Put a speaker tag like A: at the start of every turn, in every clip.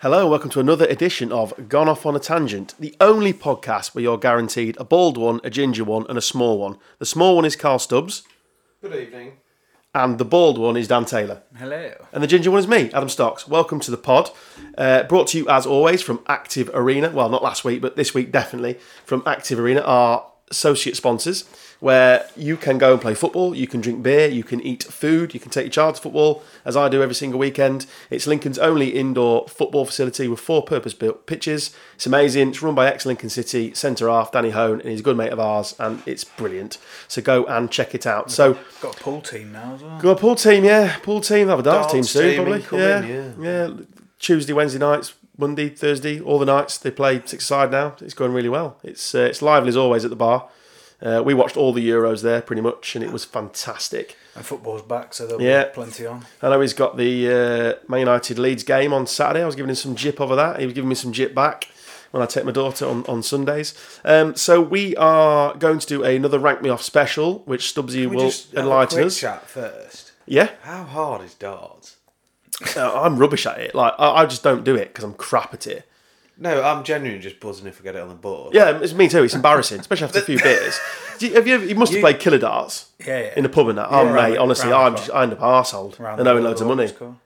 A: Hello, welcome to another edition of Gone Off on a Tangent, the only podcast where you're guaranteed a bald one, a ginger one, and a small one. The small one is Carl Stubbs,
B: Good evening.
A: and the bald one is Dan Taylor.
C: Hello.
A: And the ginger one is me, Adam Stocks. Welcome to the pod. Uh, brought to you, as always, from Active Arena. Well, not last week, but this week definitely. From Active Arena, our associate sponsors, where you can go and play football, you can drink beer, you can eat food, you can take your child to football, as I do every single weekend. It's Lincoln's only indoor football facility with four purpose built pitches. It's amazing. It's run by ex Lincoln City centre half Danny Hone, and he's a good mate of ours, and it's brilliant. So go and check it out. So,
C: Got a pool team now as well.
A: Got a pool team, yeah. Pool team. Have a darts,
B: Darts
A: team soon,
B: team
A: probably.
B: incoming,
A: yeah.
B: yeah.
A: yeah, Tuesday, Wednesday nights, Monday, Thursday, all the nights they play six side now. It's going really well. It's uh, it's lively as always at the bar. Uh, we watched all the Euros there pretty much, and it was fantastic.
C: And football's back, so there'll
A: Yeah.
C: be plenty on.
A: I know he's got the uh, Man United Leeds game on Saturday. I was giving him some jip over that. He was giving me some jip back when I take my daughter on, on Sundays. Um, so we are going to do another Rank Me Off special, which Stubbsy
C: We
A: will
C: just have a
A: enlighten
C: quick
A: us.
C: chat first.
A: Yeah.
B: How hard is darts?
A: Uh, I'm rubbish at it. Like I, I just don't do it because I'm crap at it.
B: No, I'm genuinely just buzzing if I get it on the board.
A: Yeah, it's me too. It's embarrassing, especially after a few beers. Do you, have you? ever- You must have played killer darts.
C: Yeah, yeah.
A: In the pub and that. Oh
C: Yeah, round
A: mate,
C: the-
A: honestly,
C: round the
A: I'm
C: clock.
A: just I end up arsehole
C: Round
A: and
C: the
A: owing
C: world,
A: loads of
C: what
A: money. Uh,
C: it's called.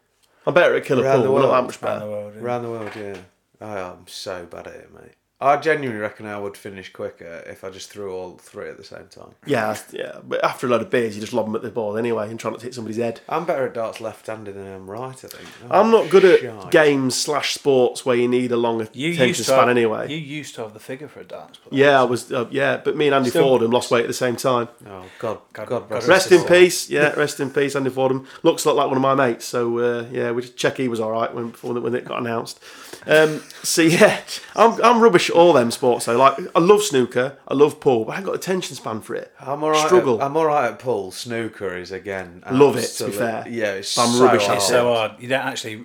A: I'm better at killer
B: Round
A: pool.
B: the
A: We're not that much
B: world.
C: Round the
A: better.
C: world. yeah.
B: Around the world, yeah. I am so bad at it, mate. I genuinely reckon I would finish quicker if I just threw all three at the same time.
A: Yeah, I- yeah. But after a load of beers, you just lob them at the ball anyway and try not to hit somebody's head.
B: I'm better at darts left-handed than I am right. I think. Oh,
A: I'm not good at
B: shite.
A: games slash sports where you need a long
C: You
A: attention
C: used to
A: span
C: have,
A: anyway.
C: You used to have the figure for a dance player.
A: yeah, I was. Uh, yeah, but me and Andy
C: Still-
A: Fordham lost weight at the same time.
B: Oh God, God,
C: God
B: bless
A: Rest
B: his
A: in
B: soul.
A: peace. Yeah, rest in peace, Andy Fordham. Looks a lot like one of my mates. So uh, yeah, we just check he was all right when before when it got announced. Um, so yeah, I'm, I'm rubbish at all them sports though. Like I love snooker, I love pool, but I haven't got attention span for it.
B: I'm alright.
A: Struggle.
B: At, I'm alright at pool. Snooker is again.
A: Love it, to be
B: absolute-
A: fair.
B: Yeah, it's
A: I'm
B: so
A: rubbish at
B: hard.
C: Oh, It's so hard. You don't actually,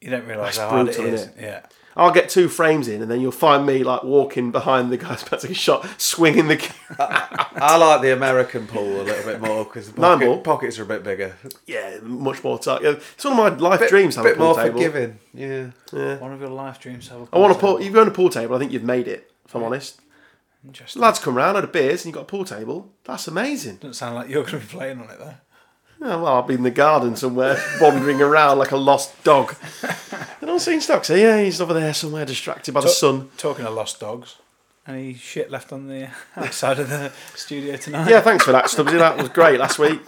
C: you don't realise how hard
A: brutal,
C: it is.
A: isn't
C: Yeah.
A: I'll get two frames in, and then you'll find me like walking behind the guy's about to get shot, swinging the.
B: I like the American pool a little bit more because the
A: Nine ball.
B: pocket, pockets are a bit bigger.
A: Yeah, much more tight. Yeah, It's one of my life dreams. to Have
B: bit
A: a pool
B: more
A: table.
B: forgiving. Yeah.
C: One of your life dreams. to Have a
A: I want a
C: pool
A: pool. If you own a pool table, I think you've made it. If I'm honest,
C: table. Interesting.
A: lads come round, had a beers, and you have got a pool table. That's amazing.
C: Doesn't sound like you're going to be playing on it though.
A: Oh, well, I'll be in the garden somewhere, wandering around like a lost dog. And I'm seeing Stocks. So yeah, he's over there somewhere, distracted by the
C: Talk-
A: sun.
C: Talking of lost dogs. Any shit left on the outside of the studio tonight?
A: Yeah, thanks for that, Stubbsy. That was great last week.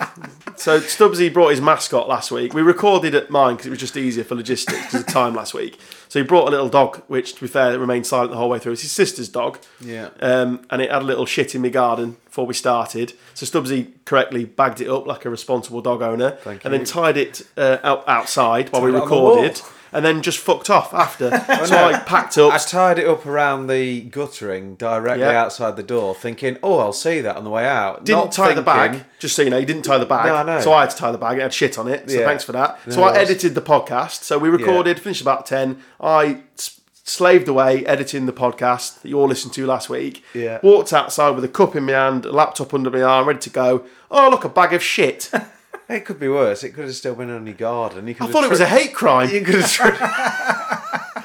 A: So Stubbsy brought his mascot last week. We recorded at mine because it was just easier for logistics because of time last week. So he brought a little dog, which, to be fair, remained silent the whole way through. It's his sister's dog.
B: Yeah.
A: Um, and it had a little shit in my garden before we started. So Stubbsy correctly bagged it up like a responsible dog owner,
B: Thank
A: and
B: you.
A: then tied it uh, out outside while we
C: Tied it on the wall. Oh,
A: recorded, and then just fucked off after. so I packed up.
B: I tied it up around the guttering directly
A: Yeah.
B: outside the door, thinking, "Oh, I'll see that on the way out."
A: didn't
B: Not
A: tie the bag.
B: thinking-
A: Just so you know, you didn't tie the bag.
B: No, I know.
A: So I had to tie the bag. It had shit on it. So
B: Yeah.
A: thanks for that.
B: No
A: so I
B: worries.
A: edited the podcast. So we recorded, finished about ten. I s- slaved away editing the podcast that you all listened to last week.
B: Yeah.
A: Walked outside with a cup in my hand, a laptop under my arm, ready to go. Oh look, a bag of shit. I
B: It could be worse. It could have still been on your garden. You could have
A: thought it was a
B: tri-
A: hate crime.
B: You could have tri-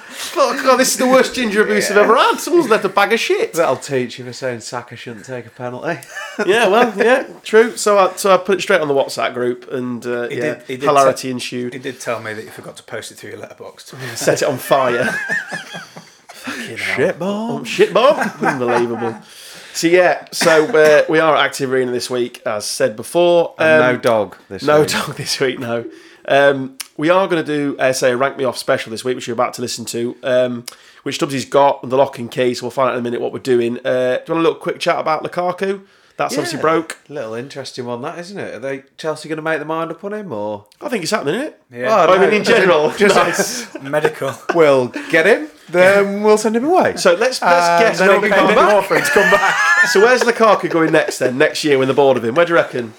A: Fuck, God, this is the worst ginger abuse I've ever had. Someone's left a bag of shit.
B: That'll teach you for saying Saka shouldn't take a penalty.
A: yeah, well, yeah, true. So I, so I put it straight on the WhatsApp group, and uh,
C: He
A: yeah,
C: did- he did
A: hilarity
C: te-
A: ensued.
C: He did tell me that you forgot to post it through your letterbox.
A: set it on fire. Fucking shit bomb, shit bomb, unbelievable. So yeah, so uh, we are at Active Arena this week, as said before. Um,
B: no dog. This
A: no
B: week.
A: dog this week. No, um, we are going to do uh, say a rank me off special this week, which you're about to listen to, um, which Stubbsy's got and the lock and key. So we'll find out in a minute what we're doing. Uh, do you want a little quick chat about Lukaku? That's obviously
B: Yeah.
A: broke.
B: Little interesting one, that isn't it? Are they Chelsea going to make their mind up on him or? Oh,
A: I think it's happening, isn't it?
C: Yeah.
A: I Oh, mean, in general,
B: just
A: nice.
C: Medical.
B: we'll get him. Then we'll send him away.
A: So let's let's
B: Uh,
A: guess
B: then
A: when
B: he'll
A: we come
B: come back.
A: back. come back. So where's Lukaku going next then? Next year when they're bored of him, where do you reckon?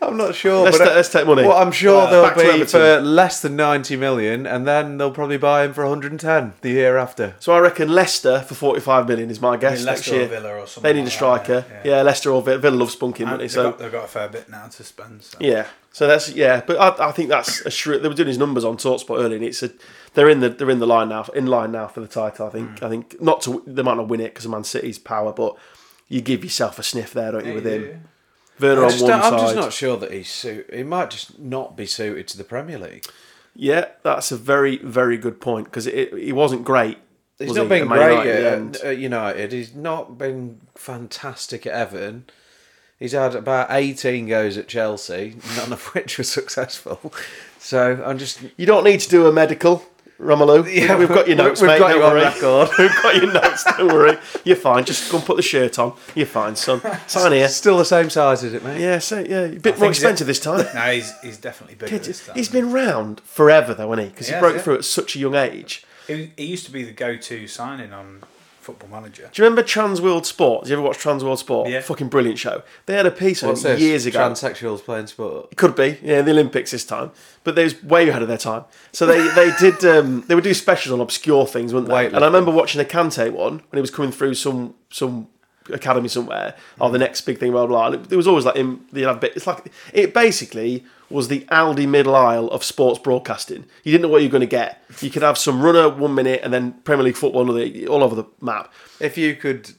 B: I'm not sure.
A: Let's,
B: but
A: ta- let's take money.
B: Well, I'm sure
A: Well, back to
B: they'll be
A: Everton.
B: for less than 90 million, and then they'll probably buy him for 110 the year after.
A: So I reckon Leicester for 45 million is my guess next
C: Leicester or
A: year.
C: Villa or something
A: they need a
C: like
A: striker.
C: that,
A: yeah.
C: yeah.
A: Leicester or Villa, Villa love spunking money.
C: they've,
A: So
C: got, they've got a fair bit now to spend. So.
A: yeah, so that's yeah. But I, I think that's a shrewd. They were doing his numbers on Talksport earlier, and it's a they're in the they're in the line now in line now for the title. I think
B: Mm.
A: I think not to they might not win it because of Man City's power, but you give yourself a sniff there, don't you, with him? Werner
B: I
A: on
B: just
A: one
B: don't-
A: side.
B: I'm just not sure that he's suit. He might just not be suited to the Premier League.
A: Yeah, that's a very very good point because it, it wasn't great.
B: He's
A: was
B: not
A: he,
B: been
A: at Man
B: great
A: United? And-
B: at, at United. He's not been fantastic at Everton. He's had about 18 goes at Chelsea, none of which were successful. So I'm just.
A: You don't need to do a medical, Romelu. Yeah, we've got your notes,
B: We've
A: mate.
B: got
A: don't
B: you on
A: worry.
B: record.
A: we've got your notes. Don't worry. You're fine. Just go and put the shirt on. You're fine, son. Sign here.
B: Still the same size, is it, mate?
A: Yeah, so yeah, a bit more
C: think so.
A: expensive this time.
C: No, he's, he's definitely bigger this time.
A: He's been round forever though, hasn't he? Because he
C: He has,
A: broke
C: yeah.
A: through at such a young age.
C: He, he used to be the go-to signing on Football Manager.
A: Do you remember Trans World Sport? Did you ever watch Trans World Sport?
C: Yeah.
A: Fucking brilliant show. They had a piece on
B: What's
A: it
B: this?
A: years ago.
B: Transsexuals playing sport.
A: Could be, yeah, the Olympics this time. But they was way ahead of their time. So they, they did um, they would do specials on obscure things, wouldn't they?
B: Weightlifting.
A: And I remember watching a Kante one when he was coming through some some academy somewhere, or the next big thing, blah blah. blah. And it, there was always like him the other bit it's like it basically was the Aldi middle aisle of sports broadcasting. You didn't know what you were gonna get. You could have some runner one minute and then Premier League football another all over the map.
B: If you could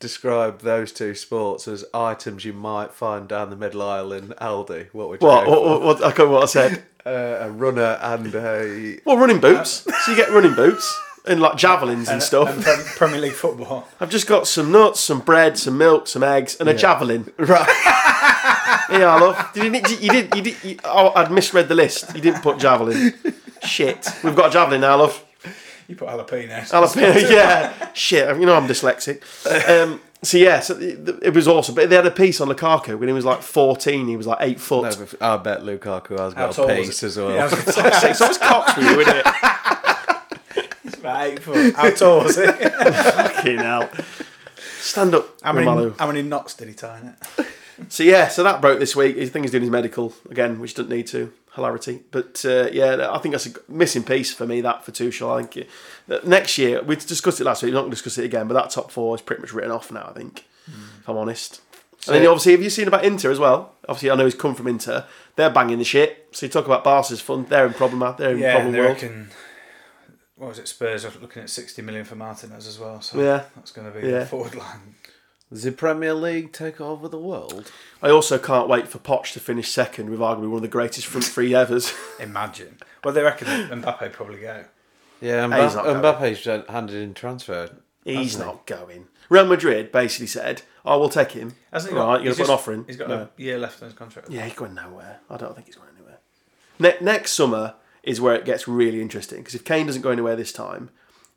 B: describe those two sports as items you might find down the middle aisle in Aldi, what would you
A: What,
B: go
A: what,
B: for?
A: what, what I can't remember what I said.
B: Uh, a runner and a
A: Well running boots. So you get running boots and like javelins and stuff.
C: And Prem- Premier League football.
A: I've just got some nuts, some bread, some milk, some eggs, and a javelin.
B: right.
A: Yeah, love. Did you, did, you did. You did you, oh, I'd misread the list. You didn't put javelin. Shit, we've got a javelin now, love.
C: You put jalapenos.
A: Jalapeno. Yeah. Shit. You know I'm dyslexic. Um, so yeah, so the- the- it was awesome. But they had a piece on Lukaku when he was like 14. He was like eight foot.
B: I bet Lukaku has
C: How
B: got
C: tall
B: a
C: was
B: piece
C: it?
B: as well.
C: Yeah, I was gonna say,
A: It's always cocks for you, isn't it?
C: it's about eight foot. How tall was it?
A: Fucking hell. Stand up,
C: How many,
A: Romelu.
C: how many knots did he tie in it?
A: So yeah, so that broke this week. I think he's doing his medical again, which doesn't need to. Hilarity, but uh, yeah, I think that's a g- missing piece for me. That for Tuchel, I think uh, next year we discussed it last week. We're not going to discuss it again, but that top four is pretty much written off now. I think, if I'm honest. and then obviously, have you seen about Inter as well? Obviously, I know he's come from Inter. They're banging the shit. So you talk about Barca's fun. They're in problem. out- They're in
C: Yeah,
A: problem
C: and they
A: world.
C: reckon. What was it? Spurs are looking at sixty million for Martinez as well. So
A: Yeah.
C: that's going to be
A: Yeah.
C: the forward line.
B: Does the Premier League take over the world?
A: I also can't wait for Poch to finish second with arguably one of the greatest front three ever.
C: Imagine. Well, they reckon Mbappe probably go.
B: Yeah,
A: Hey, he's
B: Mbappe,
A: not going.
B: Mbappe's had- handed in transfer.
A: He's not going. Real Madrid basically said, "I will take him."
C: Hasn't he
A: All
C: got?
A: right, you're going to put an
C: he's just-
A: offer in.
C: He's got
A: No.
C: a year left on his contract.
A: Yeah, he's going nowhere. I don't think he's going anywhere. Ne- next summer is where it gets really interesting because if Kane doesn't go anywhere this time,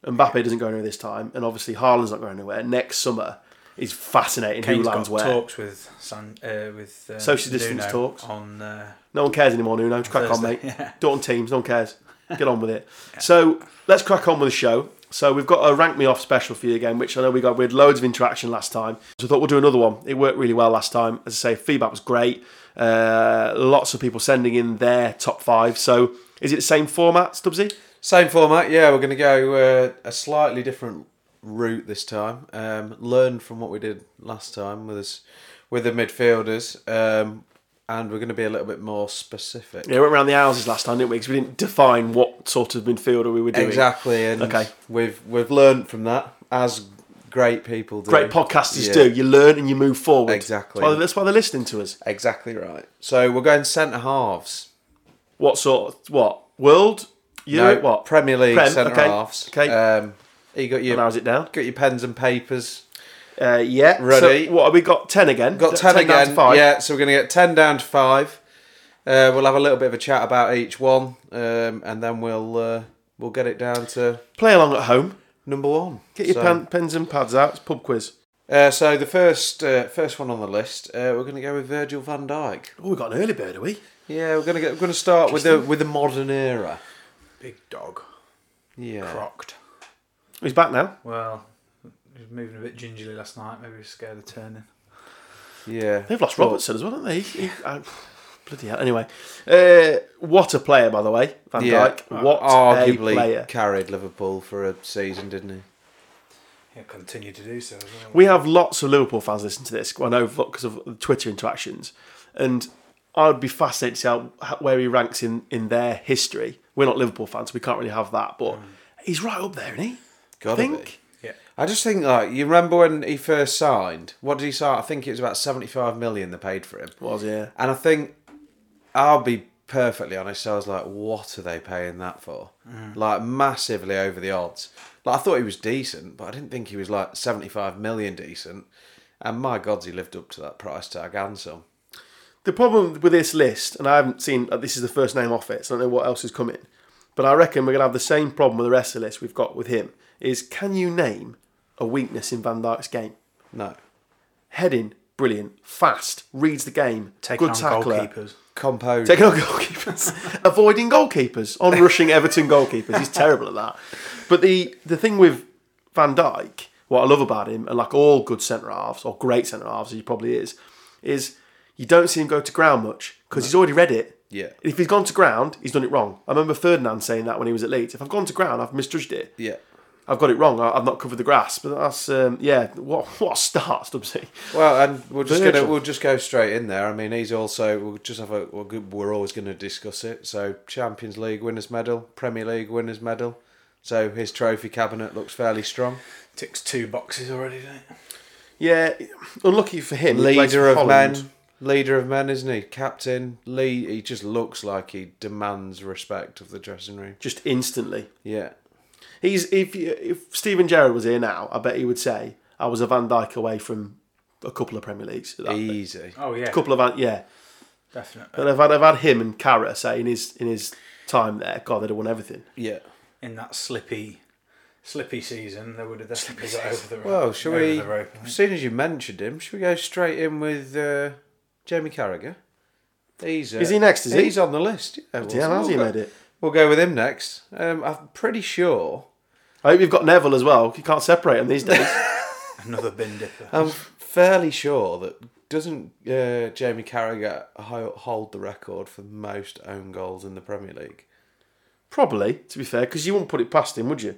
A: Mbappe doesn't go anywhere this time, and obviously Haaland's not going anywhere. Next summer is fascinating
C: Kane's
A: who lands
C: got
A: where.
C: talks with San, uh, with uh,
A: Social distance
C: Nuno
A: talks.
C: on. Uh,
A: No one cares anymore, Nuno. Just crack on,
C: Thursday,
A: mate. Do it on Teams. No one cares. Get on with it. So let's crack on with the show. So we've got a rank me off special for you again, which I know we got we had loads of interaction last time. So I thought we'll do another one. It worked really well last time. As I say, feedback was great. Uh, lots of people sending in their top five. So is it the same format, Stubbsy?
B: Same format, yeah. We're going to go uh, a slightly different route this time. Um, learn from what we did last time with us, with the midfielders, um, and we're going to be a little bit more specific.
A: Yeah, we went around the houses last time, didn't we? Because we didn't define what sort of midfielder we were doing.
B: Exactly, and
A: Okay.
B: we've we've learned from that as great people do.
A: Great podcasters
B: Yeah.
A: do. You learn and you move forward.
B: Exactly.
A: That's why, that's why they're listening to us.
B: Exactly right. So we're going centre halves.
A: What sort? What world? Europe? what?
B: Premier League
A: Prem,
B: centre
A: okay,
B: halves.
A: okay.
B: Um, you got your
A: Narrows it down.
B: got your pens and papers.
A: Uh, yeah.
B: Ready.
A: So what have we got? Ten again.
B: Got
A: D-
B: ten,
A: down to
B: again.
A: five.
B: Yeah, so we're gonna get ten down to five. Uh, we'll have a little bit of a chat about each one, um, and then we'll uh, we'll get it down to
A: Play along at home.
B: number one.
A: Get your
B: So-
A: pen, pens and pads out. It's pub quiz.
B: Uh, so the first uh, first one on the list, uh, we're gonna go with Virgil Van Dijk.
A: Oh, we got an early bird, are we?
B: Yeah, we're gonna get, we're gonna start with the with the modern era.
C: big dog.
B: Yeah,
C: Crocked.
A: He's back now.
C: Well, he was moving a bit gingerly last night. Maybe he was scared of turning.
B: yeah.
A: They've lost Robertson as well, haven't they? He- he- I- Bloody hell. Anyway, uh, what a player, by the way, Van Dijk. What a
B: arguably
A: player.
B: carried Liverpool for a season, didn't he?
C: He'll continue to do so. as well.
A: We have lots of Liverpool fans listening to this. I know because of the Twitter interactions, and I would be fascinated to see how, how- where he ranks in in their history. We're not Liverpool fans, we can't really have that, but he's right up there, isn't he? I
B: Gotta
A: think.
B: be.
C: Yeah.
B: I just think like you remember when he first signed. What did he sign? I think it was about seventy-five million they paid for him.
A: Was yeah.
B: And I think I'll be perfectly honest. I was like, what are they paying that for?
A: Mm.
B: Like massively over the odds. Like I thought he was decent, but I didn't think he was like seventy-five million decent. And my God, he lived up to that price tag and some.
A: The problem with this list, and I haven't seen uh, this is the first name off it, so I don't know what else is coming. But I reckon we're gonna have the same problem with the rest of the list we've got with him. Is can you name a weakness in Van Dijk's game?
B: No,
A: Heading, brilliant, fast, reads the game,
C: Taking
A: good
C: on
A: tackler,
C: goalkeepers.
B: composed.
A: Taking on goalkeepers, avoiding goalkeepers, on rushing Everton goalkeepers. He's terrible at that. But the the thing with Van Dijk, what I love about him, and like all good centre halves or great centre halves, as he probably is, is you don't see him go to ground much because he's already read it.
B: Yeah.
A: If he's gone to ground, he's done it wrong. I remember Ferdinand saying that when he was at Leeds. If I've gone to ground, I've misjudged it.
B: yeah.
A: I've got it wrong. I- I've not covered the grass. But that's um, yeah. What what a start, Stubbsy.
B: Well, and we're just
A: Virgil.
B: gonna we'll just go straight in there. I mean, he's also we'll just have a we're, good, we're always going to discuss it. So Champions League winners medal, Premier League winners medal. So his trophy cabinet looks fairly strong.
C: Ticks two boxes already, doesn't it?
A: Yeah. Unlucky for him. he plays
B: Leader
A: for
B: of
A: Holland.
B: men, leader of men, isn't he? Captain, lead. He just looks like he demands respect of the dressing room.
A: Just instantly.
B: Yeah,
A: He's if if Stephen Gerrard was here now, I bet he would say I was a Van Dyke away from a couple of Premier Leagues. That-
B: easy.
C: Oh yeah,
A: A couple of Van- yeah,
C: definitely.
A: and I've had I've had him and Carragher say in his in his time there, God, they'd have won everything.
B: Yeah.
C: In that slippy, slippy season, they would have definitely got over the rope.
B: Well, shall
C: over
B: we?
C: The rope.
B: As soon as you mentioned him, should we go straight in with uh, Jamie Carragher? He's uh,
A: Is he next, is he?
B: He's on the list. Yeah, well,
A: Yeah, how's he
B: we'll
A: made
B: go,
A: it?
B: We'll go with him next. Um, I'm pretty sure.
A: I hope you've got Neville as well. You can't separate them these days.
C: Another bin dipper.
A: Um,
B: I'm fairly sure that doesn't uh, Jamie Carragher ho- hold the record for most own goals in the Premier League?
A: Probably, to be fair, because you wouldn't put it past him, would you?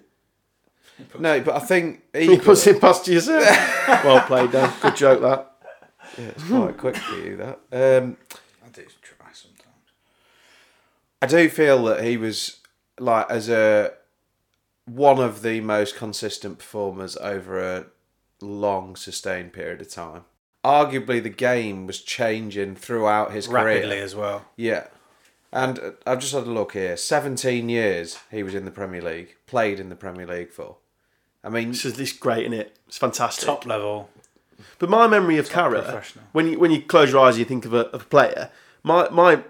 B: No, but I think
A: He puts
B: equally-
A: it past you, sir. well played, Dan. Good joke that.
B: Yeah, it's quite quick for you that. Um,
C: I do try sometimes.
B: I do feel that he was like as a one of the most consistent performers over a long sustained period of time. Arguably, the game was changing throughout his
C: Rapidly
B: career.
C: as well.
B: Yeah, and uh, I've just had a look here. Seventeen years he was in the Premier League, played in the Premier League for. I mean,
A: This is this is great, is it? It's fantastic.
C: Top level.
A: But my memory of Carragher,
C: professional.
A: when you when you close your eyes, and you think of a, of a player. My my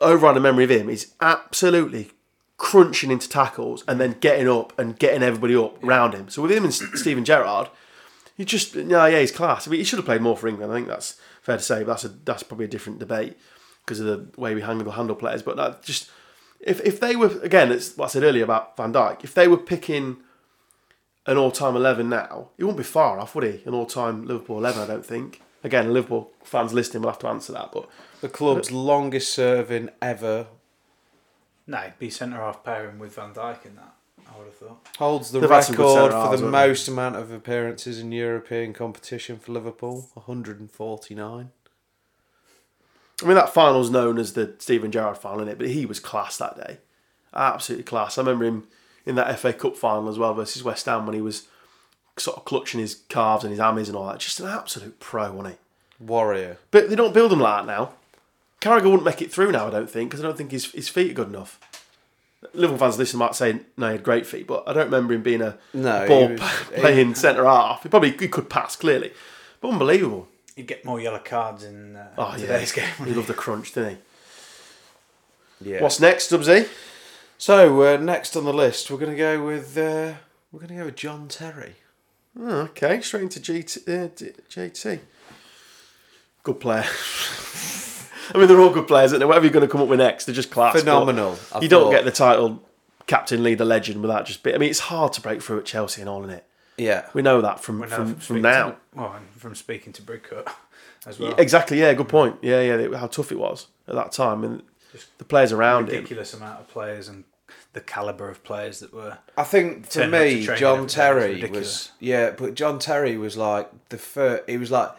A: overriding memory of him is absolutely crunching into tackles and then getting up and getting everybody up round him. So with him and S- Steven Gerrard, you just yeah yeah he's class. I mean, he should have played more for England. I think that's fair to say. But that's a that's probably a different debate because of the way we handle handle players. But that just if if they were again, it's what I said earlier about Van Dijk. If they were picking an all-time eleven now, he wouldn't be far off, would he? An all-time Liverpool eleven, I don't think. Again, Liverpool fans listening will have to answer that, but
B: the
A: uh,
B: club's longest serving ever
C: No, he'd be centre half pairing with Van Dijk in that. I would have thought.
B: holds the
A: They've had some good
B: record
A: centre-halves,
B: for the
A: haven't they?
B: most amount of appearances in European competition for Liverpool, 149.
A: I mean that final's known as the Stephen Gerrard final, is it? But he was class that day, absolutely class. I remember him in that FA Cup final as well versus West Ham when he was sort of clutching his calves and his hammies and all that. Just an absolute pro, wasn't he?
B: Warrior.
A: But they don't build him like that now. Carragher wouldn't make it through now, I don't think, because I don't think his, his feet are good enough. Liverpool fans listening might say, no, he had great feet, but I don't remember him being a
B: No, he
A: ball
B: was-
A: playing centre half. He probably he could pass, clearly. But unbelievable.
C: He'd get more yellow cards in uh,
A: Oh,
C: today's
A: yeah.
C: game.
A: He loved the crunch, didn't he?
B: Yeah.
A: What's next, Stubbsy?
B: so uh, next on the list, we're gonna go with uh, we're gonna go with John Terry.
A: Oh, okay, straight into GT, uh, D- JT. Good player. I mean, they're all good players, aren't they? Whatever you're going to come up with next, they're just class. but
B: Phenomenal, I
A: you don't
B: thought.
A: get the title captain, leader, legend without just. Be- I mean, it's hard to break through at Chelsea and all, isn't it?
B: Yeah.
A: We know that from
C: We know
A: from, from,
C: speaking
A: now.
C: To, well, and from speaking to Bridcut as well.
A: Exactly. Yeah. Good point. Yeah. Yeah. How tough it was. at that time, and the players around him.
C: ridiculous amount of players and the caliber of players that were.
B: I think for
C: Turning up to
B: me,
C: training every
B: John
C: day was
B: Terry
C: ridiculous.
B: was yeah, but John Terry was like the first. He was like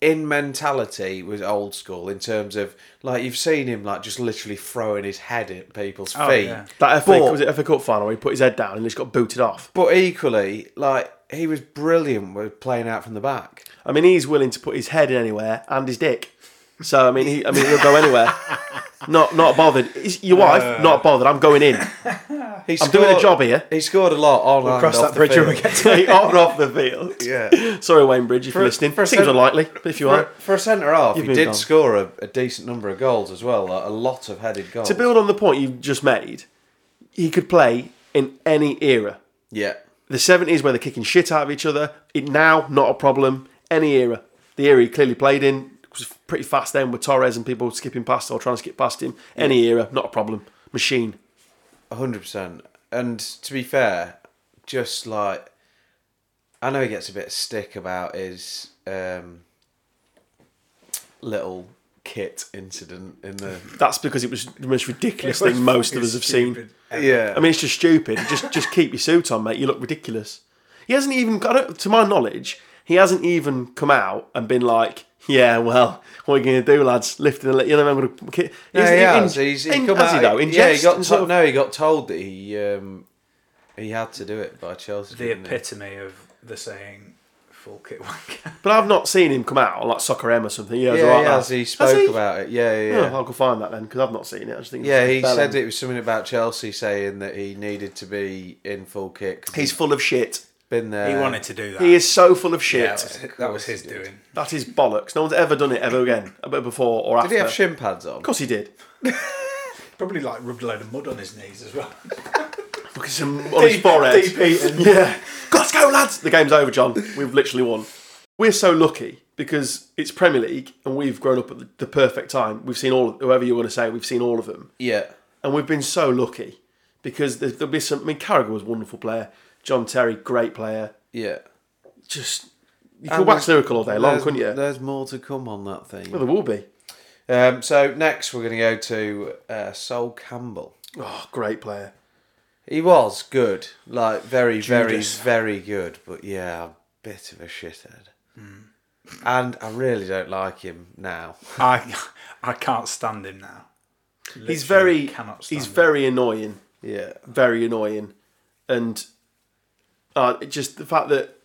B: in mentality was old school in terms of like you've seen him like just literally throwing his head at people's
C: Oh,
B: feet.
C: yeah.
A: That FA,
B: But-
A: was it FA Cup final where he put his head down and just got booted off.
B: But equally, like he was brilliant with playing out from the back.
A: I mean, he's willing to put his head in anywhere and his dick. So I mean, he, I mean, he'll go anywhere. Not not bothered. Is- Your wife,
B: Uh.
A: not bothered. I'm going in.
B: He
A: I'm doing a job here.
B: He scored a lot on and
C: Cross
B: off
C: that
B: the
C: bridge
B: field.
C: when we get to
A: Take on and off the field.
B: Yeah.
A: Sorry, Wayne Bridge, if you're
B: For-
A: listening.
B: for a
A: Seems
B: sec-
A: unlikely, but if you
B: For,
A: are.
B: for a centre half, he
A: moved
B: did
A: on.
B: score a, a decent number of goals as well, like a lot of headed goals.
A: To build on the point you just made, he could play in any era.
B: yeah,
A: The 70s, where they're kicking shit out of each other, it, now, not a problem. Any era. The era he clearly played in was pretty fast then with Torres and people skipping past or trying to skip past him. Any era, not a problem. Machine.
B: hundred percent. And to be fair, just like I know he gets a bit of stick about his um, little kit incident in the
A: That's because it was the most ridiculous thing most of us have seen.
B: yeah.
A: I mean, it's just stupid. Just just keep your suit on, mate. You look ridiculous. He hasn't even got it. To my knowledge, he hasn't even come out and been like, "Yeah, well, what are you going to do, lads? Lifting the, you know, I'm going to."
B: No, he has. He's, he come
A: has
B: out,
A: he though? In
B: yeah, he
A: jest
B: got
A: and
B: told,
A: sort of-
B: no, he got told that he um, he had to do it by Chelsea.
C: The
B: didn't he?
C: epitome of the saying "full kit wanker."
A: But I've not seen him come out like Soccer M or something. Yeah,
B: Yeah,
A: it's all right,
B: yeah,
A: lads.
B: as he
A: Has
B: spoke
A: he?
B: about it. Yeah, yeah,
A: Oh,
B: yeah.
A: I'll go find that then because I've not seen it. I just think.
B: Yeah, he said it was something about Chelsea saying that he needed to be in full kick. 'cause
A: He's full of shit.
B: been there.
C: he wanted to do that.
A: Uh, He is so full of shit.
C: Yeah, that was, that was his doing.
A: That is bollocks. No one's ever done it ever again, a bit before or after.
B: Did he have shin pads on?
A: of course he did.
C: Probably like rubbed a load of mud on his knees as well.
A: Look at some on his
C: Deep-
A: forehead.
C: deep eating.
A: Yeah. Let's go, lads. The game's over, John. We've literally won. We're so lucky because it's Premier League and we've grown up at the, the perfect time. We've seen all, whoever you want to say, we've seen all of them.
B: Yeah.
A: And we've been so lucky because there, there'll be some. I mean, Carragher was a wonderful player. John Terry, great player.
B: Yeah.
A: Just, you could wax lyrical all day long,
B: There's-
A: couldn't you?
B: There's more to come on that thing.
A: Well, there will be.
B: Um, so next we're going to go to uh, Sol Campbell.
A: Oh, great player.
B: He was good, like very,
C: Judas.
B: very, very good. But yeah, a bit of a shithead. And I really don't like him now.
C: I I can't stand him now.
A: He's
C: Literally
A: very,
C: cannot stand
A: he's
C: him.
A: very annoying.
B: Yeah.
A: very annoying, and uh, it just the fact that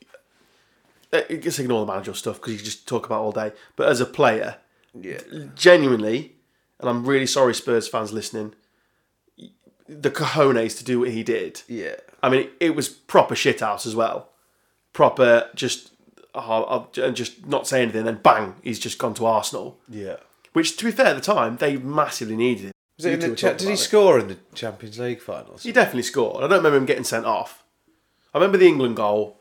A: uh, just ignore the manager stuff because you just talk about all day. But as a player,
B: Yeah.
A: genuinely, and I'm really sorry, Spurs fans listening, the cojones to do what he did.
B: Yeah.
A: I mean, it was proper shit house as well, proper just oh, I'll- and just not say anything. Then bang, he's just gone to Arsenal,
B: Yeah.
A: which to be fair, at the time they massively needed him.
B: Was it
A: You
B: in
A: two
B: the
A: were
B: cha-
A: talking
B: did he
A: about it.
B: score in the Champions League finals?
A: He definitely scored. I don't remember him getting sent off. I remember the England goal,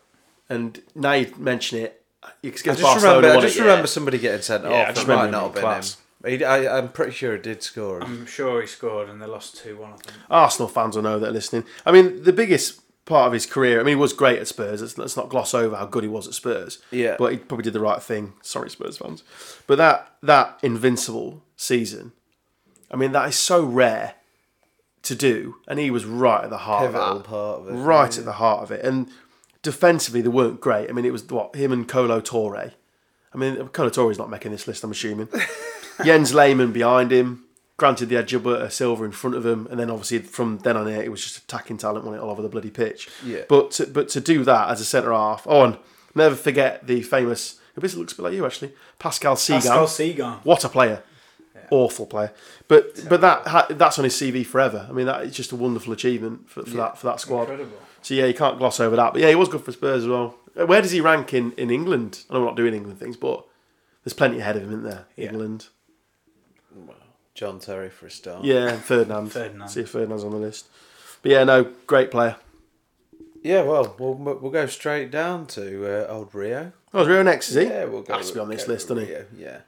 A: and now you mention it, it's
B: I
A: against
B: just
A: Barcelona.
B: remember. I
A: wasn't
B: just
A: it?
B: remember somebody getting sent
A: Yeah,
B: off.
A: I just
B: it might
A: remember
B: not
A: him
B: have
A: being
B: been him. He, I, I'm pretty sure he did score.
C: I'm sure he scored and they lost two one. I think.
A: Arsenal fans will know that are listening. I mean, the biggest part of his career. I mean, he was great at Spurs. Let's, let's not gloss over how good he was at Spurs.
B: Yeah.
A: but he probably did the right thing. Sorry, Spurs fans. But that that invincible season, I mean, that is so rare to do, and he was right at the heart of
B: Pivotal
A: that.
B: part of it.
A: right at the heart of it. And defensively, they weren't great. I mean, it was what him and Colo Torre. I mean, Colo Torre's not making this list, I'm assuming. Jens Lehmann behind him. Granted, they had Gilberto Silva in front of him, and then obviously from then on here, it was just attacking talent on it all over the bloody pitch.
B: Yeah.
A: But to, but to do that as a centre half, oh, and never forget the famous. It basically looks a bit like you actually, Pascal Segan.
C: Pascal Segan.
A: What a player! Awful player, but but that ha- that's on his CV forever. I mean, that is just a wonderful achievement for, for that for that squad.
C: Incredible.
A: So yeah, you can't gloss over that. But yeah, he was good for Spurs as well. Where does he rank in, in England? I know we're not doing England things, but there's plenty ahead of him, isn't there? England,
B: John Terry for a start.
A: yeah, and Ferdinand.
C: Ferdinand.
A: See if Ferdinand's on the list. But yeah, no, great player.
B: Yeah. Well, we'll we'll go straight down to uh, old Rio.
A: Oh, is Rio next? Is he?
B: Yeah, we'll go.
A: Has to be on this
B: go
A: list, doesn't he?
B: Rio, Yeah.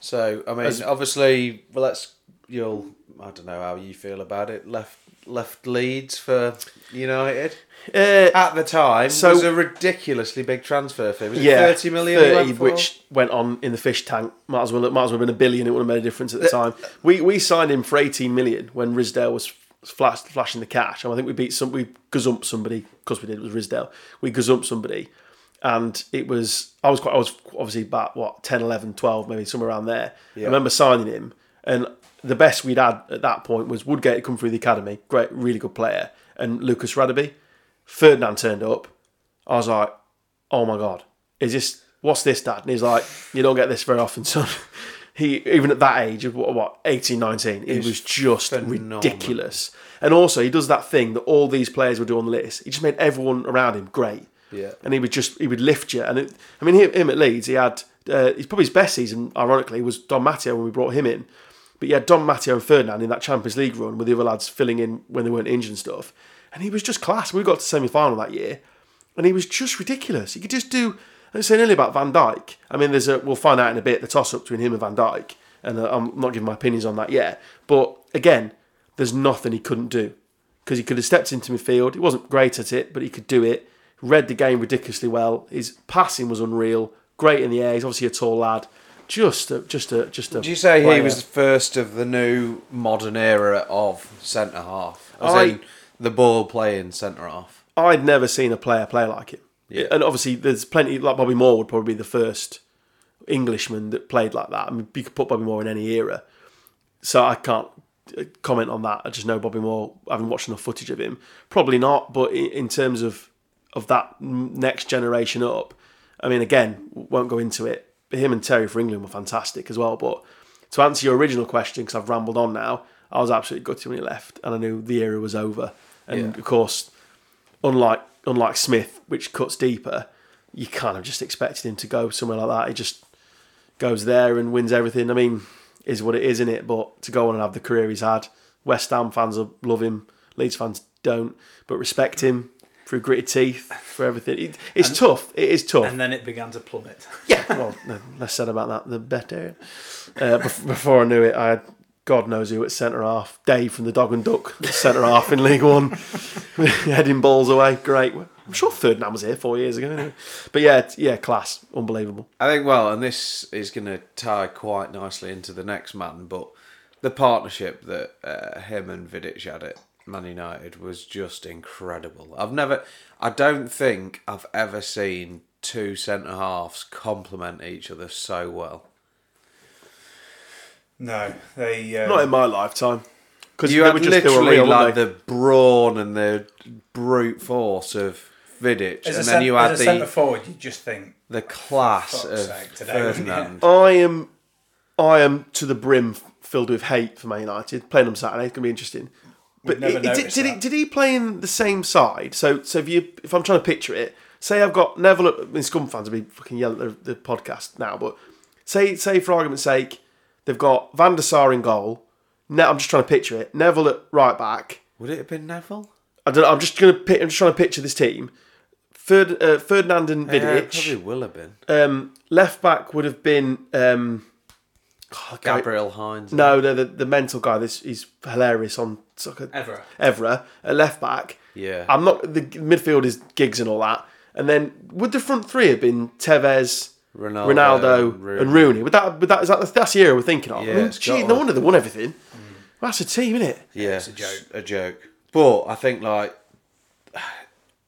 B: So I mean,
A: As-
B: obviously, well, that's you'll. I don't know how you feel about it. Left left Leeds for United
A: Uh,
B: at the time
A: So-
B: was a ridiculously big transfer fee. Was it
A: yeah,
B: thirty million. he
A: 30,
B: went for?
A: which went on in the fish tank. Might as well, might as well have been a billion. It would have made a difference at the time. We we signed him for eighteen million when Risdale was flash, flashing the cash, and I think we beat some. We gazumped somebody because we did. It was Risdale. We gazumped somebody, and it was I was quite I was obviously about what 10, 11, 12, maybe somewhere around there. I remember signing him, and the best we'd had at that point was Woodgate had come through the academy, great, really good player, and Lucas Radaby. Ferdinand turned up. I was like, oh my god, is this what's this, dad? And he's like, you don't get this very often, son. He even at that age of what, what 18, 19, he was just
B: phenomenal.
A: ridiculous. And also, he does that thing that all these players would do on the list. He just made everyone around him great.
B: Yeah.
A: and he would just he would lift you. And it, I mean, him, him at Leeds, he had uh, he's probably his best season. Ironically, was Don Matteo when we brought him in. But yeah, Don Matteo and Ferdinand in that Champions League run with the other lads filling in when they weren't injured and stuff. And he was just class. We got to semi final that year, and he was just ridiculous. He could just do. I was saying earlier about Van Dyke. I mean, there's a we'll find out in a bit the toss up between him and Van Dyke, and uh, I'm not giving my opinions on that yet. But again, there's nothing he couldn't do because he could have stepped into midfield. He wasn't great at it, but he could do it. Read the game ridiculously well. His passing was unreal. Great in the air. He's obviously a tall lad. Just a, just a, just a.
B: Do you say he
A: player.
B: was the first of the new modern era of centre half? As
A: I-
B: in the ball playing centre half.
A: I'd never seen a player play like him.
B: Yeah.
A: And obviously, there's plenty. Like Bobby Moore would probably be the first Englishman that played like that. I mean, you could put Bobby Moore in any era. So I can't uh, comment on that. I just know Bobby Moore, having watched enough footage of him, probably not. But i- in terms of of that n- next generation up, I mean, again, won't go into it. But him and Terry for England were fantastic as well. But to answer your original question, because I've rambled on now, I was absolutely gutted when he left, and I knew the era was over. And of course, unlike unlike Smith, which cuts deeper, you kind of just expected him to go somewhere like that. He just goes there and wins everything. I mean, is what it is, isn't it? But to go on and have the career he's had, West Ham fans will love him, Leeds fans don't, but respect him through gritted teeth for everything. It- It's tough. It is tough.
C: And then it began to plummet.
A: Yeah. Well, the less said about that, the better. Uh, bef- before I knew it, I had God knows who at centre half. Dave from the Dog and Duck, centre half in League One, heading balls away. Great. I'm sure Ferdinand was here four years ago. Anyway. But yeah, it's- yeah, class, unbelievable.
B: I think well, and this is going to tie quite nicely into the next man, but the partnership that uh, him and Vidic had at Man United was just incredible. I've never, I don't think I've ever seen two centre halves complement each other so well.
C: No, they. Um,
A: Not in my lifetime, because
B: You
A: they
B: had
A: were just they were
B: literally
A: real,
B: like
A: like
B: the brawn and the brute force of
C: as
B: Vidic, and
C: a,
B: then
C: cent-
B: you
C: as
B: had
C: a
B: the
C: centre forward, you just think
B: the class
C: Fuck's
B: of
C: sake, today, wasn't it?
B: Ferdinand.
A: I am, I am to the brim filled with hate for Man United. Playing them Saturday, it's gonna be interesting. But
C: never
A: i- i- did,
C: noticed
A: did he
C: that.
A: did he play in the same side? So so if you if I'm trying to picture it, say I've got Neville. At, I mean, Scum fans will be fucking yelling at the, the podcast now, but say say for argument's sake, they've got Van der Sar in goal. Ne- I'm just trying to picture it. Neville at right back.
B: Would it have been Neville?
A: I don't. know, I'm just gonna. Pic- I'm just trying to picture this team. Ferd, uh, Ferdinand and
B: Yeah, it
A: Vidic.
B: probably will have been.
A: um, left back would have been um, oh, Gary-
B: Gabriel Hines.
A: no, no, the, the mental guy. This he's hilarious on soccer.
C: Evra.
A: Evra at left back.
B: Yeah.
A: I'm not the midfield is gigs and all that. And then would the front three have been Tevez,
B: Ronaldo,
A: Ronaldo,
B: and Rooney.
A: and Rooney? Would that? Would that? Is that that's the era we're thinking of?
B: Yeah,
A: I mean,
B: it's
A: gee,
B: got
A: no
B: to. Mm.
A: wonder they won everything. That's a team, isn't it?
B: Yeah,
C: It's a joke.
B: A joke. But I think like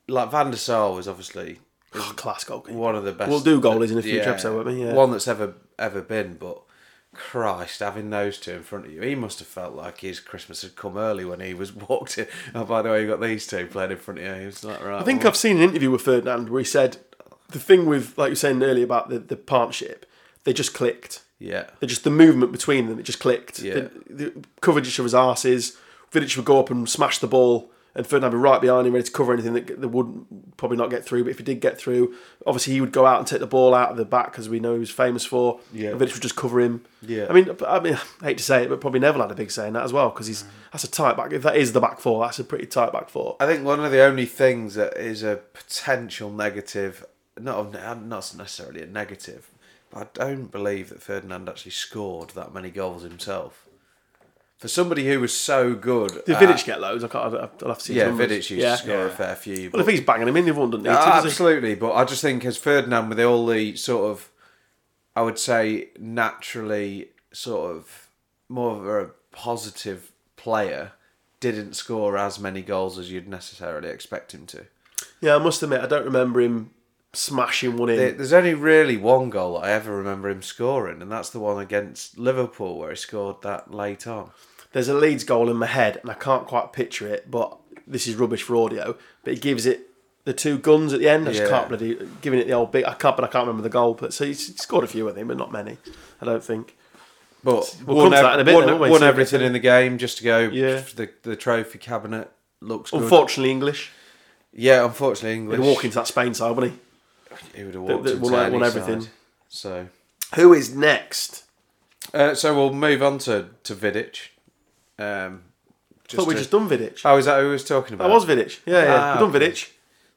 B: like Van der Sar was obviously
A: Oh, class goalkeeper.
B: one of the best.
A: We'll do goalies in a future episode, won't we? Yeah.
B: One that's ever ever been, but Christ, having those two in front of you, he must have felt like his Christmas had come early when he was walked in. Oh, by the way, you got these two playing in front of you. He was like, right.
A: I think I've seen an interview with Ferdinand where he said the thing with like you were saying earlier about the, the partnership, they just clicked.
B: yeah,
A: They just the movement between them, it just clicked.
B: Yeah.
A: They, they covered each other's asses. Vidic would go up and smash the ball, and Ferdinand would be right behind him, ready to cover anything that, that would probably not get through. But if he did get through, obviously he would go out and take the ball out of the back, as we know he was famous for.
B: Yeah.
A: And Vidic would just cover him.
B: Yeah.
A: I mean, I mean, I hate to say it, but probably Neville had a big say in that as well because he's that's a tight back. If that is the back four, that's a pretty tight back four.
B: I think one of the only things that is a potential negative, not a- not necessarily a negative, I don't believe that Ferdinand actually scored that many goals himself. For somebody who was so good,
A: Did
B: at-
A: Vidic get loads? I can't, I'll I'll have to see. his
B: Uh, Yeah,
A: numbers.
B: Vidic used
A: Yeah.
B: to score a
C: Yeah.
B: fair few.
A: Well,
B: but-
A: if he's banging them in, the one doesn't need
B: Uh,
A: to. does he?
B: absolutely, but I just think as Ferdinand with all the sort of, I would say naturally sort of more of a positive player, didn't score as many goals as you'd necessarily expect him to.
A: Yeah, I must admit, I don't remember him smashing one in.
B: There- There's only really one goal that I ever remember him scoring, and that's the one against Liverpool where he scored that late on.
A: There's a Leeds goal in my head, and I can't quite picture it, but this is rubbish for audio. But he gives it the two guns at the end. I just
B: Yeah.
A: can't bloody giving it the old big. I can't, but I can't remember the goal. But so he's scored a few, I think, but not many. I don't think.
B: But
A: We'll
B: won,
A: come to that in a bit,
B: won,
A: then, won't we?
B: won
A: So-
B: everything in the game just to go.
A: Yeah.
B: The, the trophy cabinet looks good.
A: Unfortunately, English.
B: yeah, unfortunately, English.
A: He'd walk into that Spain side, wouldn't he?
B: He would have
A: That-
B: walked
A: that
B: into
A: won- won
B: any
A: everything.
B: side. So,
A: Who is next?
B: uh, so we'll move on to to Vidic. Um,
A: I thought we
B: to-
A: just done Vidic.
B: Oh, is that who we was talking about?
A: That was Vidic. Yeah, yeah.
B: Ah,
A: we done
B: okay.
A: Vidic.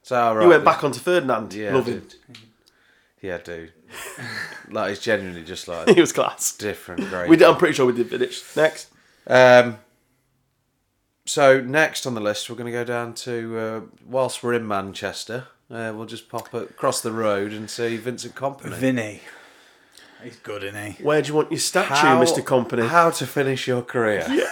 B: So,
A: You went back onto Ferdinand.
B: Yeah,
A: Love
B: I
A: him.
B: did. Yeah, dude. like he's genuinely just like
A: he was class.
B: different. Great.
A: We did, I'm pretty sure we did Vidic next.
B: Um, so next on the list, we're going to go down to uh, whilst we're in Manchester, uh, we'll just pop across the road and see Vincent Company.
C: Vinny. He's good, isn't he?
A: Where do you want your statue, Mr. Company?
B: How to finish your career?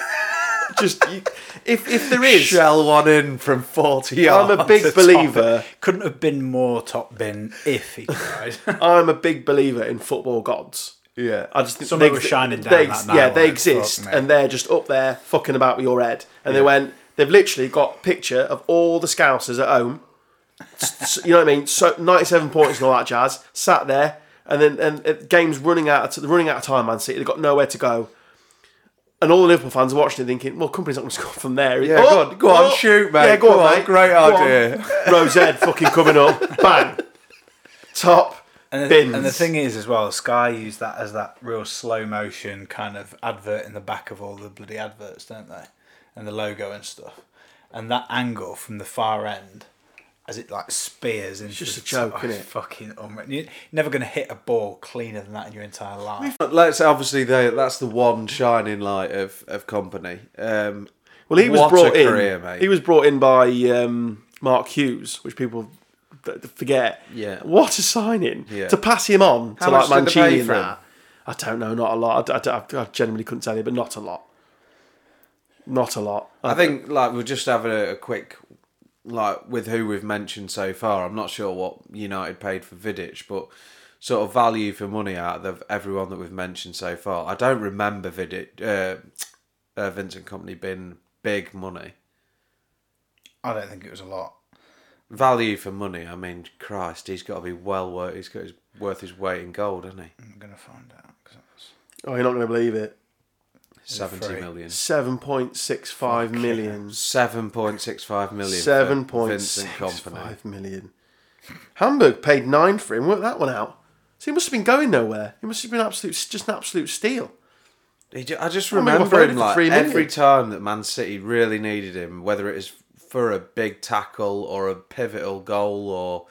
A: Just you, if if there is,
B: Shell one in from forty yards.
A: I'm a big believer.
C: Couldn't have been more top bin if he tried.
A: I'm a big believer in football gods.
B: Yeah.
A: I just think
C: Somebody
A: they
C: was
A: exi-
C: shining down
A: They,
C: that
A: ex-
C: night,
A: yeah, they
C: like,
A: exist,
C: fuck me.
A: and they're just up there fucking about with your head. And they went, they've literally got a picture of all the scousers at home. S- you know what I mean? So 97 points and all that jazz. Sat there, and then and uh, games running out, of t- running out of time. Man City, they've got nowhere to go. And all the Liverpool fans are watching it, thinking, "Well, company's not going to score from there." Oh,
B: Yeah, go on- go on, shoot, mate.
A: Yeah, go,
B: Go
A: on,
B: on,
A: mate.
B: great
A: Go on.
B: idea.
A: Rosed fucking coming up, bang, top
C: And the,
A: bins.
C: and the thing is, as well, Sky used that as that real slow motion kind of advert in the back of all the bloody adverts, don't they? And the logo and stuff. And that angle from the far end, as it like spears into
A: just
C: the
A: a joke,
C: top,
A: innit?
C: Fucking unreal. You're never going to hit a ball cleaner than that in your entire life.
B: But let's obviously they, that's the one shining light of of company. Um,
A: Well, he was
B: what
A: brought
B: a
A: in.
B: career, mate.
A: He was brought in by um, Mark Hughes, which people d- d- forget.
B: Yeah.
A: What a signing
B: Yeah.
A: to pass him on
B: How
A: to
B: much
A: like
B: did they pay
A: Mancini and
B: for him?
A: that. I don't know, not a lot. I, d- I d- I genuinely couldn't tell you, but not a lot. Not a lot.
B: I think like we'll just have a, a quick like with who we've mentioned so far. I'm not sure what United paid for Vidic, but sort of value for money out of everyone that we've mentioned so far. I don't remember Vidic, uh, uh, Vincent Company being big money.
C: I don't think it was a lot.
B: Value for money. I mean, Christ, he's got to be well worth. He's got his, worth his weight in gold, hasn't he?
C: I'm going to find out. 'cause that was-
A: Oh, you're not going to believe it.
B: Seventy
C: free.
B: million.
A: Seven point six five million.
B: Seven point six five million. for
A: Seven point
B: Vincent
A: six
B: Kompany.
A: five million. Hamburg paid nine for him. Work that one out. So he must have been going nowhere. He must have been absolute, just an absolute steal.
B: He ju- I just
A: I mean,
B: remember
A: I voted
B: him
A: for
B: like
A: three million.
B: every time that Man City really needed him, whether it is for a big tackle or a pivotal goal or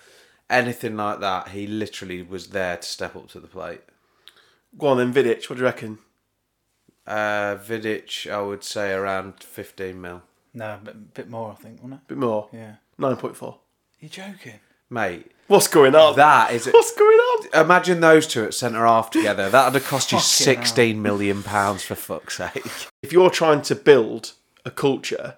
B: anything like that, he literally was there to step up to the plate.
A: Go on then, Vidic. What do you reckon?
B: Uh, Vidic, I would say around fifteen mil,
C: No, a bit, bit more, I think, wasn't
A: bit more.
C: it? Yeah.
A: Nine point four.
C: You're joking.
B: mate.
A: What's going on?
B: That is.
A: What's going on?
B: Imagine those two at centre half together. That'd have cost you
C: Fucking hell.
B: sixteen million pounds for fuck's sake.
A: If you're trying to build a culture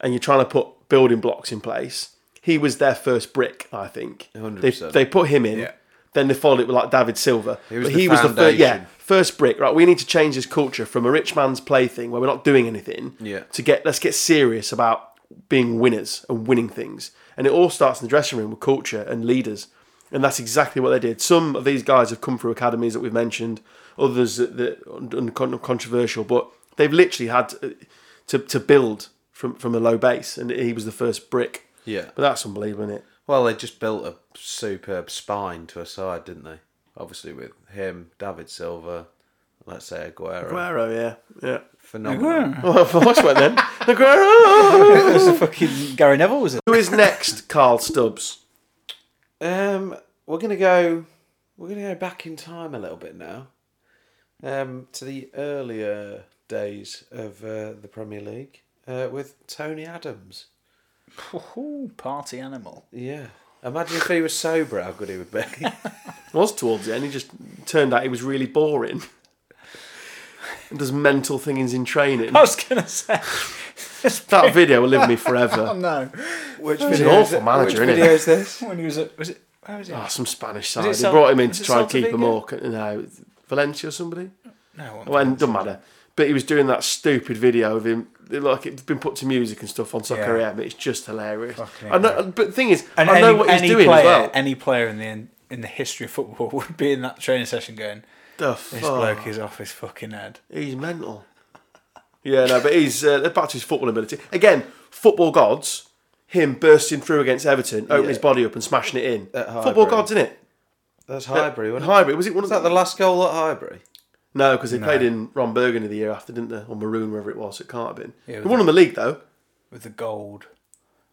A: and you're trying to put building blocks in place, he was their first brick, I think.
B: 100%.
A: They, they put him in,
C: Yeah.
A: then they followed it with like David Silva.
B: He was
A: but
B: the
A: he was the first, yeah,
B: foundation.
A: first brick. Right, we need to change this culture from a rich man's plaything where we're not doing anything
B: Yeah.
A: to get let's get serious about being winners and winning things. And it all starts in the dressing room with culture and leaders. And that's exactly what they did. Some of these guys have come through academies that we've mentioned, others that, that un- un- controversial, but they've literally had to, to, to build from, from a low base. And he was the first brick.
B: Yeah.
A: But that's unbelievable, isn't it?
B: Well, they just built a superb spine to a side, didn't they? Obviously, with him, David Silva, let's say Aguero,
A: Aguero, yeah. Yeah.
B: phenomenal.
A: Well, if I watched one then. Aguero!
C: fucking Gary Neville was it?
A: Who is next, Carl Stubbs?
B: Um, we're gonna go We're going to go back in time a little bit now um, to the earlier days of uh, the Premier League uh, with Tony Adams.
C: Ooh, party animal.
B: Yeah. Imagine if he was sober, how good he would be.
A: was towards the end. He just turned out he was really boring. and does mental things in training.
C: I was gonna say.
A: That video will live with me
C: oh
A: forever.
C: no!
B: Which
A: He's an
B: video is
A: awful
B: it-
A: manager,
B: which
A: isn't he?
B: video is this?
C: When he was at was it where was he?
A: Ah, some Spanish side. They
C: Sal-
A: brought him in
C: was
A: to
C: it
A: try and keep him
C: Saltaviga?
A: all. No, Valencia or somebody.
C: no, it
A: Well, it
C: wasn't.
A: doesn't matter. But he was doing that stupid video of him, like it's been put to music and stuff on Soccer
C: Yeah.
A: AM. It's just hilarious.
C: Fucking
A: I know, but the thing is,
C: and
A: I
C: any,
A: know what he's
C: any
A: doing
C: player,
A: as well.
C: Any player in the in the history of football would be in that training session going,
A: The
C: "This
A: fuck,
C: bloke is off his fucking head."
A: he's mental. Yeah, no, but he's uh, back to his football ability again. Football gods, him bursting through against Everton, opening
B: Yeah.
A: his body up and smashing it in.
B: At
A: football
B: Highbury.
A: gods, isn't it?
B: That's Highbury, wasn't it?
A: Highbury was it one of
B: Was that the last goal at Highbury?
A: No, because they played in Ron Burgundy the year after, didn't they? Or Maroon, wherever it was. It can't have been.
C: Yeah,
A: they won on the league though.
C: with the gold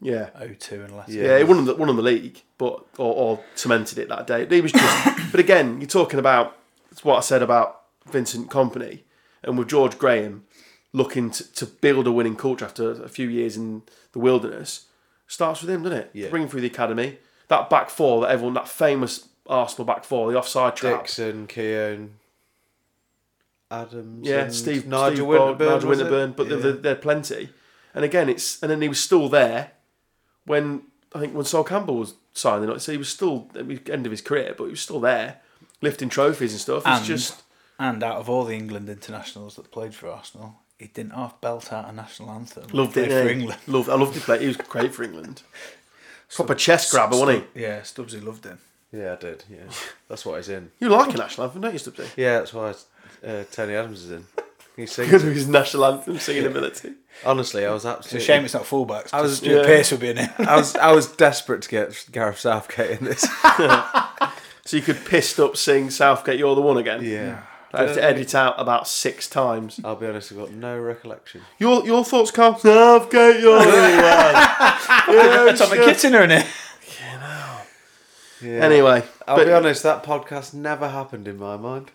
A: Yeah.
C: O2 and less.
A: Yeah, he won the, won on the league, but or, or cemented it that day. He was just. but again, you're talking about it's what I said about Vincent Company and with George Graham looking to, to build a winning culture after a few years in the wilderness. Starts with him, doesn't it?
B: Yeah.
A: Bring him through the academy. That back four that everyone, that famous Arsenal back four, the offside trap.
B: Dixon, Keown, Adams.
A: Yeah,
B: and
A: Steve,
B: Nigel
A: Steve
B: Winterburn.
A: Bogg, Nigel
B: was it?
A: Winterburn, but
B: yeah.
A: there there- there are plenty. And again, it's and then he was still there when I think when Sol Campbell was signing. Like, so he was still at the end of his career, but he was still there, lifting trophies and stuff. It's
C: And-
A: just
C: And out of all the England internationals that played for Arsenal, he didn't half belt out a national anthem.
A: loved
C: Played
A: it
C: for
A: eh?
C: England.
A: Loved, I loved to play. He was great for England. Proper chest grabber, wasn't
C: Yeah, Stubbsy loved him.
B: Yeah, I did. Yeah, that's what he's in.
A: he? You like a national anthem, don't you, Stubbsy?
B: Yeah, that's why uh, Tony Adams is in. He
A: Because
B: sings.
A: of his national anthem singing ability.
B: Honestly, I was absolutely.
C: It's a shame it's not fullbacks. I
B: was-
C: was Stuart
A: yeah.
C: Pearce would be in it.
B: I was I was desperate to get Gareth Southgate in this.
A: So you could pissed up sing Southgate, you're the one again.
B: yeah,
A: I have to edit out about six times.
B: I'll be honest. I've got no recollection.
A: Your your thoughts, Carl? Southgate, you're the one. Yeah,
C: Tommy
A: sure.
C: Kitchener in it.
B: Yeah.
A: Anyway,
B: I'll
A: but
B: be honest. That podcast never happened in my mind.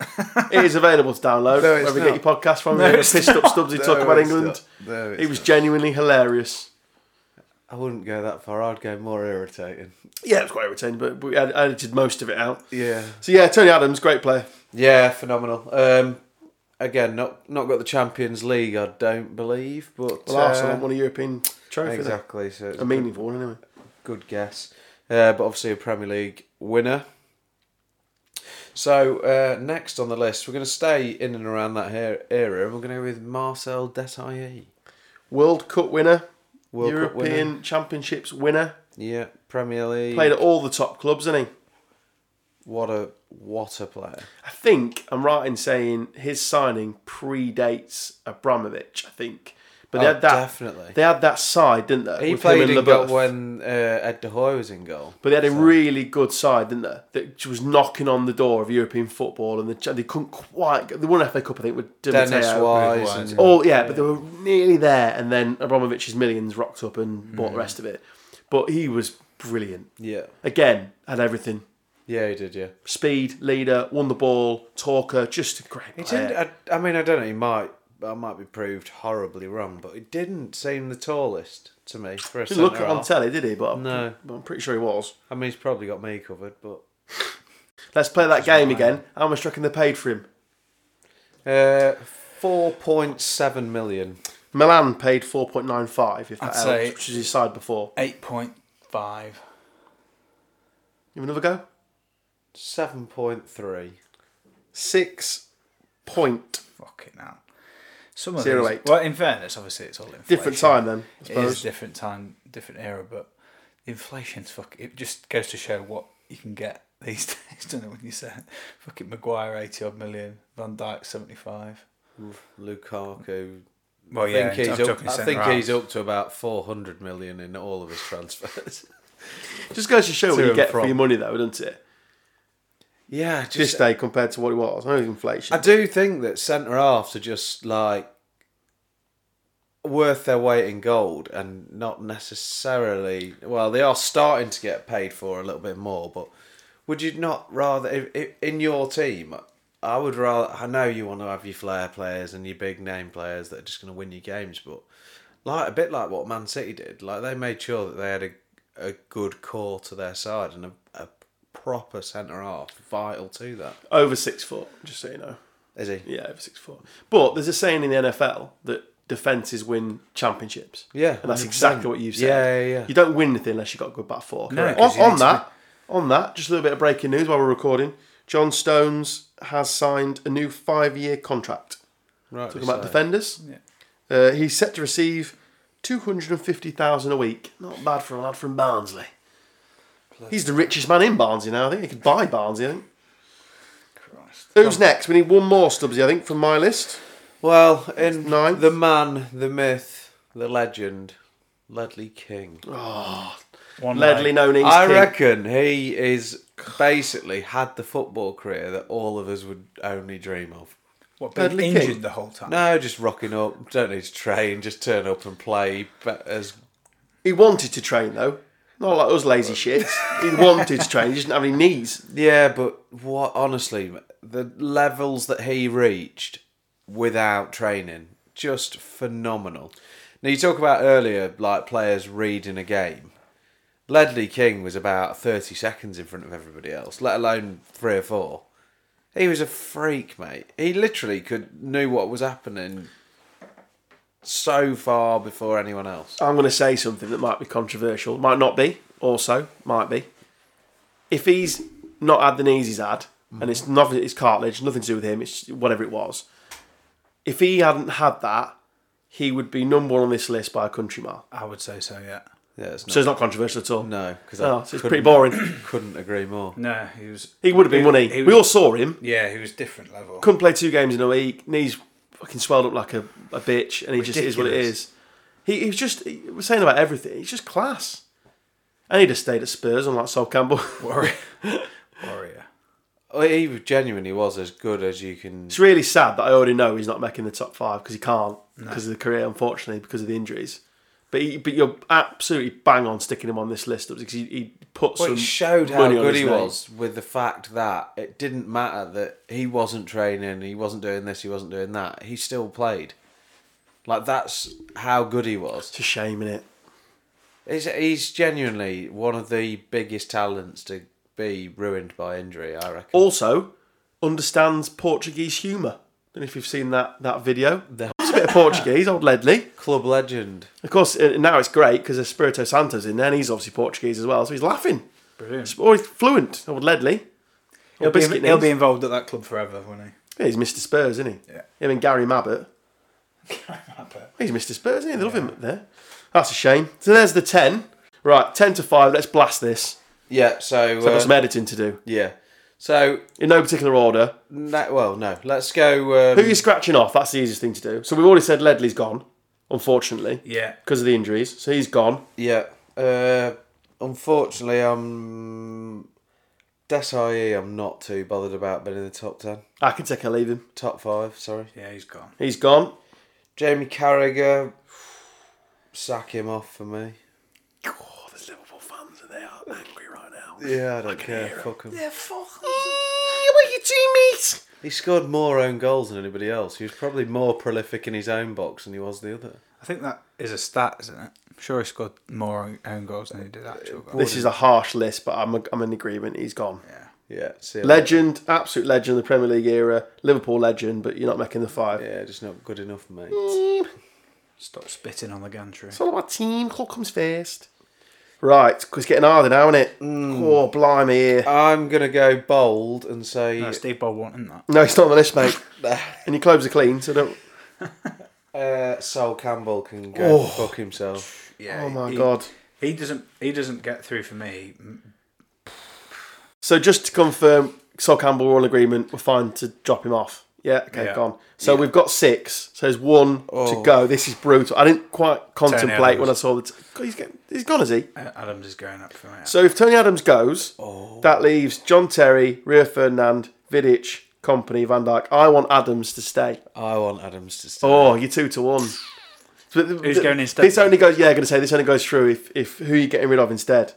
A: it is available to download
B: No, it's
A: wherever you
B: not.
A: get your podcast from.
C: No,
A: We're
C: it's
A: pissed up Stubbs who talk
B: No,
A: about
B: it's
A: England.
B: not. No,
A: It was
B: not.
A: genuinely hilarious.
B: I wouldn't go that far. I'd go more irritating.
A: Yeah, it was quite irritating, but we ed- edited most of it out.
B: Yeah.
A: So yeah, Tony Adams, great player.
B: Yeah, phenomenal. Um, again, not not got the Champions League. I don't believe, but
A: Well,
B: uh,
A: Arsenal won a European trophy. Exactly.
B: exactly. So it's
A: A meaningful one, anyway.
B: Good guess. Uh, but obviously a Premier League winner. So uh, next on the list, we're going to stay in and around that her- era, and we're going to go with Marcel Desailly.
A: World Cup winner,
B: World Cup
A: European Championships winner.
B: Yeah, Premier League.
A: Played at all the top clubs, didn't he?
B: What a what a player.
A: I think I'm right in saying his signing predates Abramovich. I think, but they
B: Oh,
A: had that
B: definitely.
A: they had that side, didn't they?
B: He
A: with him
B: played
A: and
B: in goal
A: Leboeuf.
B: when uh, Ed De Hoy was in goal.
A: But they had a really good side, didn't they? That was knocking on the door of European football, and the, they couldn't quite. Get, they won an FA Cup, I think, with Di
B: Dennis
A: Matteo.
B: Wise.
C: Wise,
B: and-
A: Oh yeah, but they were nearly there, and then Abramovich's millions rocked up and
B: Hmm.
A: bought the rest of it. But he was brilliant.
B: yeah,
A: Again, had everything:
B: yeah, he did. Yeah,
A: speed, leader, won the ball, talker, just a great
B: he
A: player.
B: didn't. uh, I, I mean, I don't know. He might. I might be proved horribly wrong, but he didn't seem the tallest to me for a
A: Didn't look
B: centre
A: on
B: half.
A: telly, did he? But I'm,
B: No.
A: but I'm pretty sure he was.
B: I mean, he's probably got me covered, but
A: Let's play that game again. How much do you reckon they paid for him?
B: uh, four point seven million.
A: Milan paid 4.95, if that
C: I'd
A: helps,
C: say-
A: which is his side before.
C: 8.5.
A: Give him another go.
B: Seven point three.
A: Six point
C: Fucking hell. Some of
A: Zero
C: these,
A: eight.
C: Well, in fairness, obviously it's all inflation.
A: different time then. I
C: It is
A: suppose.
C: a different time, different era, but inflation's fuck. It just goes to show what you can get these days. Don't know when you say fucking Maguire eighty odd million, Van Dyke seventy five.
B: Lukaku.
C: Well,
B: I think, he's, up, I think he's up to about four hundred million in all of his transfers.
A: Just goes to show what
B: To
A: you
B: and
A: get for
B: from.
A: your money, though, doesn't it?
B: yeah, just
A: This day compared to what it was. I know it's inflation.
B: I do think that centre halves are just like worth their weight in gold and not necessarily well, they are starting to get paid for a little bit more, but Would you not rather if, if, in your team? I would rather. I know you want to have your flair players and your big name players that are just going to win you games, but like a bit like what Man City did, like they made sure that they had a a good core to their side and a, a proper centre half vital to that.
A: Over six foot, just so you know.
B: Is he?
A: Yeah, over six foot. But there's a saying in the NFL that defences win championships.
B: Yeah,
A: And that's
B: 100%.
A: exactly what you've said.
B: Yeah, yeah, yeah.
A: You don't win anything unless you've got a good back four.
C: No,
A: Correct.
C: 'cause you
A: on,
C: need
A: on
C: to
A: that, on that, just a little bit of breaking news while we're recording. John Stones has signed a new five year contract.
B: Right.
A: Talking about defenders. Uh, he's set to receive 250000 a week. Not bad for a lad from Barnsley. He's the richest man in Barnsley now. I think he could buy Barnsley, I think.
C: Christ.
A: Who's next? We need one more Stubbsy, I think, from my list.
B: Well, in
A: Ninth.
B: the man, the myth, the legend, Ledley King.
A: Oh,
C: One
A: Ledley
C: leg.
A: known as
B: I
A: King.
B: reckon he is basically had the football career that all of us would only dream of.
C: What, been
A: Ledley
C: injured
A: King.
C: the whole time?
B: No, just rocking up. Don't need to train. Just turn up and play. But as
A: He wanted to train though. Not like us lazy shits. He wanted to train. He didn't have any knees.
B: yeah, but what? Honestly, the levels that he reached without training, just phenomenal. Now you talk about earlier, like players reading a game. Ledley King was about thirty seconds in front of everybody else, let alone three or four. He was a freak, mate. He literally could knew what was happening so far before anyone else.
A: I'm going to say something that might be controversial. Might not be. Also, might be. If he's not had the knees he's had, and it's nothing, it's cartilage, nothing to do with him. It's whatever it was. If he hadn't had that, he would be number one on this list by a country mile.
C: I would say so, yeah.
B: Yeah, it's not,
A: So it's not controversial at all.
B: no, because
A: Oh, so it's pretty boring.
B: Couldn't agree more.
C: No, he was.
A: He would have been, wouldn't he?
C: was-
A: We all saw him.
C: Yeah, he was different level.
A: couldn't play two games in a week. Knees fucking swelled up like a, a bitch, and he just is what it
C: Ridiculous.
A: is. He, he was just he was saying about everything. He's just class. And he'd have stayed at Spurs, unlike Sol Campbell.
C: Warrior. Warrior.
B: Well, He genuinely was as good as you can.
A: it's really sad that I already know he's not making the top five because he can't because of the career, unfortunately, because of the injuries. But he, but you're absolutely bang on sticking him on this list because he, he put
B: Well,
A: some
B: it showed how
A: money on
B: good
A: his
B: he
A: name.
B: was with the fact that it didn't matter that he wasn't training, he wasn't doing this, he wasn't doing that. He still played. Like that's how good he was.
A: It's a shame, innit?
B: He's, he's genuinely one of the biggest talents to be ruined by injury. I reckon.
A: also understands Portuguese humour. I don't know if you've seen that that video. There's a bit of Portuguese, old Ledley.
B: Club legend.
A: Of course, uh, now it's great because Espirito Santo's in there, and he's obviously Portuguese as well, so he's laughing.
C: Brilliant.
A: Or he's fluent, old Ledley.
C: He'll
A: Or
C: be,
A: Biscuit
C: he'll be
A: Knees.
C: involved at that club forever, won't he?
A: Yeah, he's Mr. Spurs, isn't he?
C: Yeah.
A: Him and Gary Mabbott. He's Mr. Spurs, isn't he? They love him up there. That's a shame. So there's the 10. Right, 10 to 5. Let's blast this.
B: Yeah. So.
A: I've got
B: Uh,
A: some editing to do.
B: yeah. So.
A: In no particular order.
B: No, well, no. Let's go. Um,
A: Who are you scratching off? That's the easiest thing to do. So we've already said Ledley's gone, unfortunately,
C: Yeah.
A: because of the injuries. So he's gone.
B: Yeah. Uh, unfortunately, I'm Desai. I'm not too bothered about being in the top ten,
A: I can take or leave him.
B: top five. Sorry,
C: Yeah, he's gone.
A: He's gone.
B: Jamie Carragher. Sack him off for me.
A: Oh, there's Liverpool fans and they are angry right now.
B: Yeah, I don't care. Fuck him.
A: Yeah, fuck. What are you doing, mate?
B: He scored more own goals than anybody else. He was probably more prolific in his own box than he was the other.
C: I think that is a stat, isn't it? I'm sure he scored more own- own goals than he did actual goals.
A: This is a harsh list, but I'm, I'm in agreement. He's gone.
C: yeah.
B: Yeah. See you
A: Legend, absolute legend of the Premier League era. Liverpool legend, but you're not making the five.
B: later. Yeah, just not good enough, mate.
C: Stop spitting on the gantry.
A: It's all about team. Club comes first. Right, 'cause it's getting harder now, isn't it? Oh, blimey here.
B: I'm gonna go bold and say
C: No, Steve Ball wanting that.
A: no, it's not on the list, mate. and your clothes are clean, so don't.
B: uh, Sol Campbell can go
A: Oh.
B: fuck himself.
C: Yeah.
A: Oh my
C: he-
A: god.
C: He doesn't. He doesn't get through for me.
A: So just to confirm, Sol Campbell, we're all in agreement. We're fine to drop him off. Yeah, okay,
C: Yeah. Oh.
A: gone. So we've got six. So there's one to go. This is brutal. I didn't quite contemplate
C: Adams.
A: when I saw the. T- God, he's, getting, he's gone, is he?
C: Uh, Adams is going up for me.
A: So if Tony Adams goes,
C: Oh.
A: that leaves John Terry, Rio Ferdinand, Vidic, Company, Van Dyke. I want Adams to stay.
B: I want Adams to stay.
A: Oh, you're two to one. So th-
C: Who's
A: th-
C: going instead,
A: This
C: then?
A: only goes. Yeah, I'm going to say this only goes through if if who you're getting rid of instead.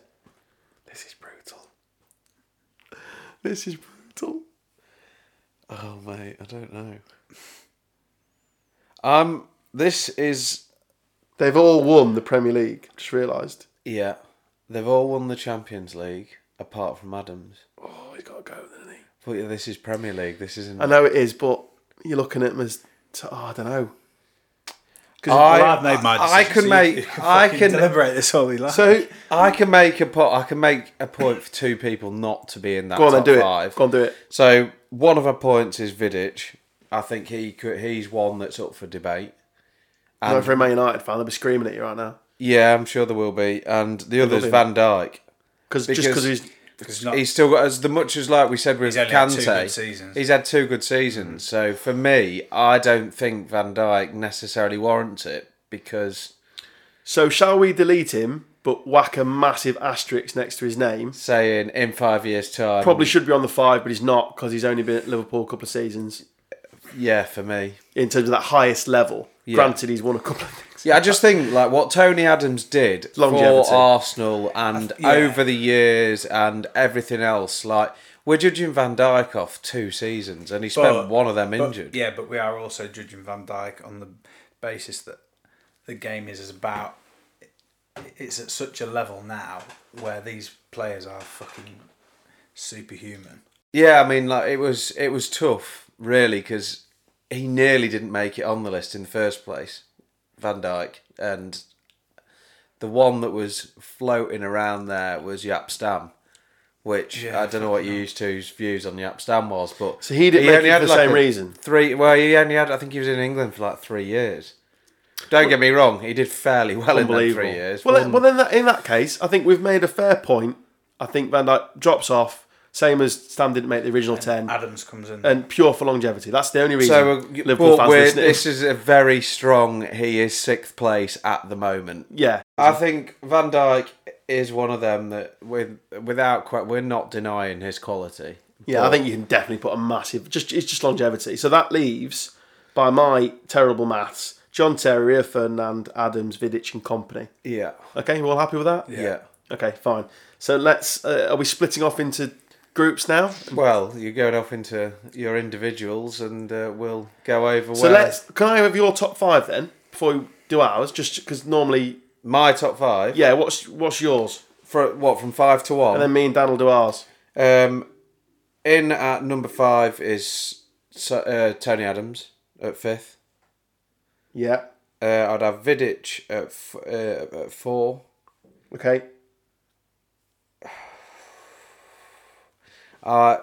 A: This is brutal. This is brutal.
B: Oh mate, I don't know. Um, this is
A: They've all won the Premier League. Just realised.
B: yeah. They've all won the Champions League apart from Adams.
A: Oh, he's got to go, doesn't he?
B: But yeah, this is Premier League. This isn't.
A: I know it is, but you're looking at him as t- oh, I don't know.
C: Well, I've made my decision.
B: I can
C: so you-
B: make.
C: you can
B: I
C: fucking
B: can.
C: deliberate this all you like.
B: So I can make a po- I can make a point for two people not to be in that
A: Go on, then
B: top
A: do
B: five.
A: it. Go on, do it.
B: So one of our points is Vidic. I think he could, he's one that's up for debate.
A: Not if you're a Man United fan, they'll be screaming at you right now
B: Yeah, I'm sure there will be, and the other is
A: be.
B: Van Dijk.
A: Cause, just because
B: Because-
A: he's
C: It's not-
B: He's still got as the much as like we said with
C: He's only had
B: Kante.
C: two good seasons. Mm.
B: He's had two good seasons. So for me, I don't think Van Dijk necessarily warrants it because
A: so. Shall we delete him, but whack a massive asterisk next to his name?
B: saying in five years' time,
A: Probably should be on the five, but he's not because he's only been at Liverpool a couple of seasons
B: yeah, for me,
A: in terms of that highest level. Granted, he's won a couple of things.
B: Yeah, I just think like what Tony Adams did
A: Longevity.
B: for Arsenal and
C: yeah.
B: over the years and everything else. Like we're judging Van Dijk off two seasons, and he spent
C: But-
B: one of them
C: But-
B: injured.
C: yeah, but we are also judging Van Dijk on the basis that the game is about. It's at such a level now where these players are fucking superhuman.
B: Yeah, I mean, like it was it was tough, really, because he nearly didn't make it on the list in the first place, Van Dyke, and the one that was floating around there was Yap Stam, which
C: Yeah,
B: I don't know what you used to's views on Yap Stam was, but
A: So he didn't make it for the same
B: a
A: reason?
B: Three, well, he only had I think he was in England for like three years. Don't get me wrong, he did fairly well in them
A: Unbelievable.
B: three years.
A: well,
B: Won-
A: then, well, then that, in that case, I think we've made a fair point. I think Van Dijk drops off, same as Stam didn't make the original ten,
C: Adams comes in.
A: and pure for longevity. That's the only reason.
B: So, uh, we're-
A: Liverpool
B: but
A: fans
B: we're,
A: listening.
B: this is a very strong. He is sixth place at the moment.
A: yeah,
B: I think Van Dijk is one of them that, with without que- we're not denying his quality.
A: Yeah, I think you can definitely put a massive. Just it's just longevity. So that leaves, by my terrible maths, John Terrier, Fernand, Adams, Vidic, and company.
B: Yeah,
A: Okay, you all happy with that?
B: yeah.
A: Okay, fine. So let's. Uh, are we splitting off into groups now? So
B: Well, you're going off into your individuals, and uh, we'll go over. where
A: let's. Can I have your top five then before we do ours? Just because normally,
B: my top five.
A: yeah. What's what's yours?
B: For what from five to one?
A: And then me and Dan will do ours.
B: Um, in at number five is so- uh, Tony Adams at fifth.
A: Yeah.
B: Uh, I'd have Vidic at, f- uh, at four.
A: Okay.
B: I,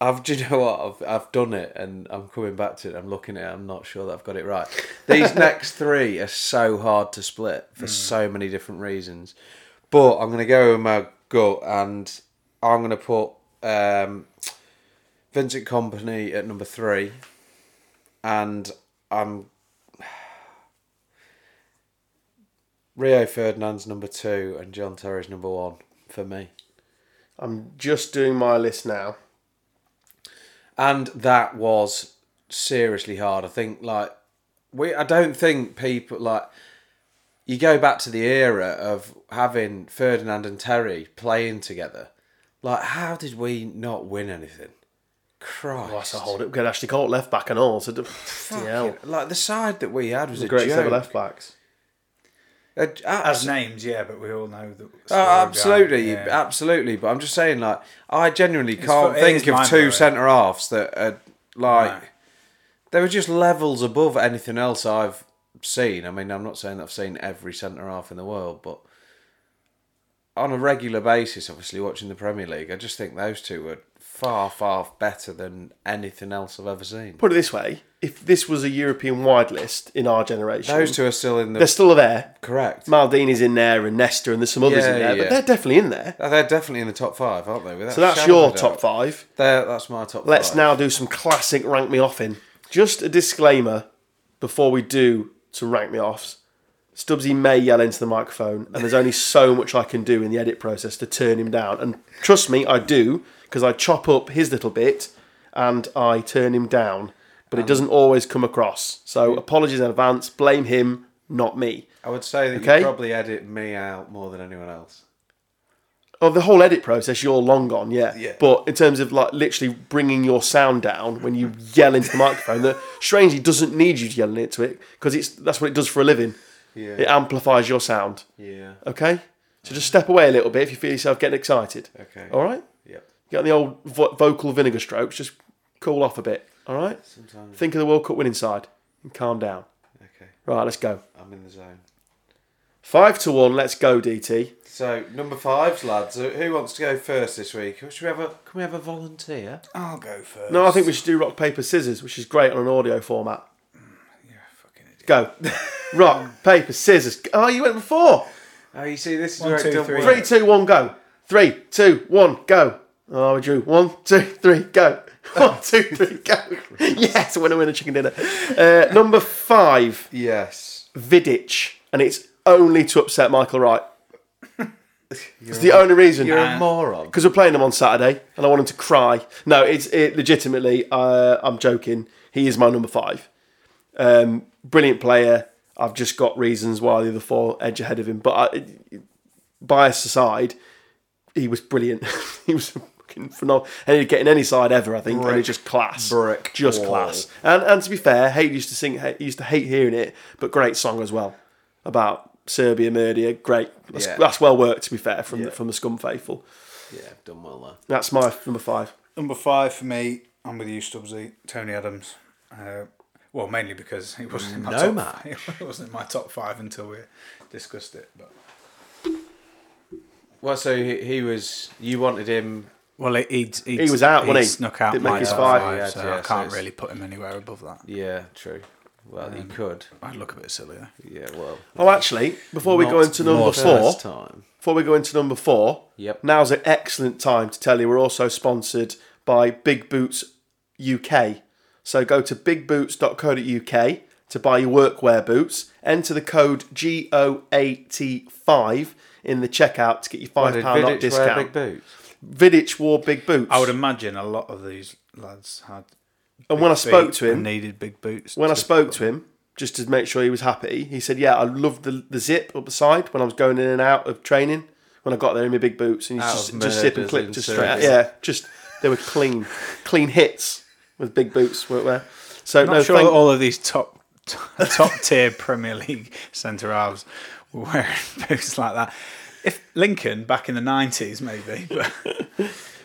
B: I've, do you know what? I've, I've done it and I'm coming back to it. I'm looking at it. I'm not sure that I've got it right. These next three are so hard to split for so many different reasons. But I'm going to go with my gut and I'm going to put um, Vincent Company at number three. And I'm. Rio Ferdinand's number two and John Terry's number one for me.
A: I'm just doing my list now.
B: and that was seriously hard. I think like we, I don't think people like you go back to the era of having Ferdinand and Terry playing together. Like, how did we not win anything? Christ!
A: That's a hold up. Get Ashley Cole at left back and all. So, yeah,
B: Like the side that we had was a
A: great set
B: joke.
A: of left backs.
B: A-
C: As names, yeah, but we all know that.
A: Uh,
B: Oh, absolutely,
C: Yeah.
B: absolutely. But I'm just saying, like, I genuinely can't
C: fu- it
B: think
C: is
B: of two
C: mind-blowing.
B: centre halves that are like
C: No.
B: they were just levels above anything else I've seen. I mean, I'm not saying that I've seen every centre half in the world, but on a regular basis, obviously watching the Premier League, I just think those two were far, far better than anything else I've ever seen.
A: Put it this way: if this was a European wide list in our generation,
B: Those two are still in the
A: they're still there.
B: correct.
A: Maldini's in there, and Nesta, and there's some others
B: Yeah,
A: in there,
B: yeah.
A: but they're definitely in there.
B: They're definitely in the top five, aren't they? Without
A: So that's
B: shadow
A: your
B: of a
A: top
B: doubt.
A: five.
B: There, that's my top.
A: Let's
B: five.
A: now do some classic rank me off in. Just a disclaimer before we do some rank me offs. Stubbsy may yell into the microphone, and there's only so much I can do in the edit process to turn him down. And trust me, I do, because I chop up his little bit and I turn him down. But it doesn't always come across. So apologies in advance. Blame him, not me.
B: I would say that
A: Okay.
B: you probably edit me out more than anyone else.
A: Well, Oh, the whole edit process, you're long gone, yeah.
B: Yeah.
A: But in terms of like literally bringing your sound down when you yell into the microphone, that strangely doesn't need you to yell into it because it's that's what it does for a living.
B: Yeah.
A: It amplifies your sound.
B: Yeah.
A: Okay, so just step away a little bit if you feel yourself getting excited.
B: Okay.
A: All right.
B: Yep.
A: Get on the old vo- vocal vinegar strokes. Just cool off a bit. All right.
B: Sometimes.
A: Think of the World Cup winning side and calm down.
B: Okay.
A: Right, let's go.
B: I'm in the zone.
A: Five to one. Let's go, DT.
B: So number fives, lads. Who- Who wants to go first this week? Should we have a? Can we have a volunteer?
C: I'll go first.
A: No, I think we should do rock paper scissors, which is great on an audio format.
C: You're a fucking idiot.
A: Go. Rock, paper, scissors. Oh, you went before.
B: Oh, you see, this is
C: One,
B: where
C: two,
B: it
C: three.
B: doesn't
A: Three,
B: work.
A: two, one, go. Three, two, one, go. Oh, we drew. One, two, three, go. One, two, three, go. Yes, winner, winner, chicken dinner. Uh, number five,
B: Yes.
A: Vidic. And it's only to upset Michael Wright. It's the only reason.
B: You're a moron.
A: because we're playing him on Saturday, and I want him to cry. No, it's it legitimately. Uh, I'm joking. He is my number five. Um, brilliant player. I've just got reasons why the other four edge ahead of him, but I, bias aside, he was brilliant. he was fucking phenomenal. And he'd get in any side ever, I think. and it's just class,
B: Brick
A: just
B: wall.
A: class. And and to be fair, Hate used to sing. Hate, used to hate hearing it, but great song as well about Serbia murder. Great. That's,
B: Yeah.
A: that's well worked. To be fair, from the,
B: Yeah.
A: from the scum faithful.
B: Yeah, I've done well there.
A: That's my number five.
C: Number five for me, I'm with you, Stubbsy. Tony Adams. Uh, well, mainly because it wasn't in my
B: No
C: top.
B: match.
C: It wasn't in my top five until we discussed it. But
B: Well, so he, he was. You wanted him.
C: well, he he'd, he'd,
A: He was out, wasn't he?
C: Snuck out
A: Didn't
C: my
A: make his
C: top
A: five.
C: five,
B: Yeah,
C: so
B: yeah,
C: I
B: so
C: can't
B: it's-
C: really put him anywhere above that.
B: Yeah, true. Well,
C: Um,
B: you could.
C: I'd look a bit silly there.
B: Yeah, well.
A: Oh, actually, before we go
C: Not
A: into number
B: first
A: four,
B: time.
A: before we go into number four,
B: Yep.
A: now's an excellent time to tell you we're also sponsored by Big Boots UK. So go to bigboots.co.uk to buy your workwear boots. Enter the code GO85 in the checkout to get your
B: Why
A: five
B: did
A: pound off
B: Vidic wear
A: discount.
B: big boots?
A: Vidic wore big boots,
C: I would imagine a lot of these lads had.
A: and when I spoke
C: feet
A: to him,
C: and needed big boots.
A: when I
C: to-
A: spoke to him, just to make sure he was happy, he said, "Yeah, I loved the, the zip up the side when I was going in and out of training. When I got there in my big boots, and he's
B: Out
A: just
B: of
A: just zip and
B: murders
A: clip,
B: in
A: just straight out.
B: Serbia.
A: Yeah, just they were clean, clean hits with big boots, weren't they? So
C: Not
A: no,
C: sure
A: thank-
C: all of these top top tier Premier League centre halves were wearing boots like that. If Lincoln back in the nineties, maybe, but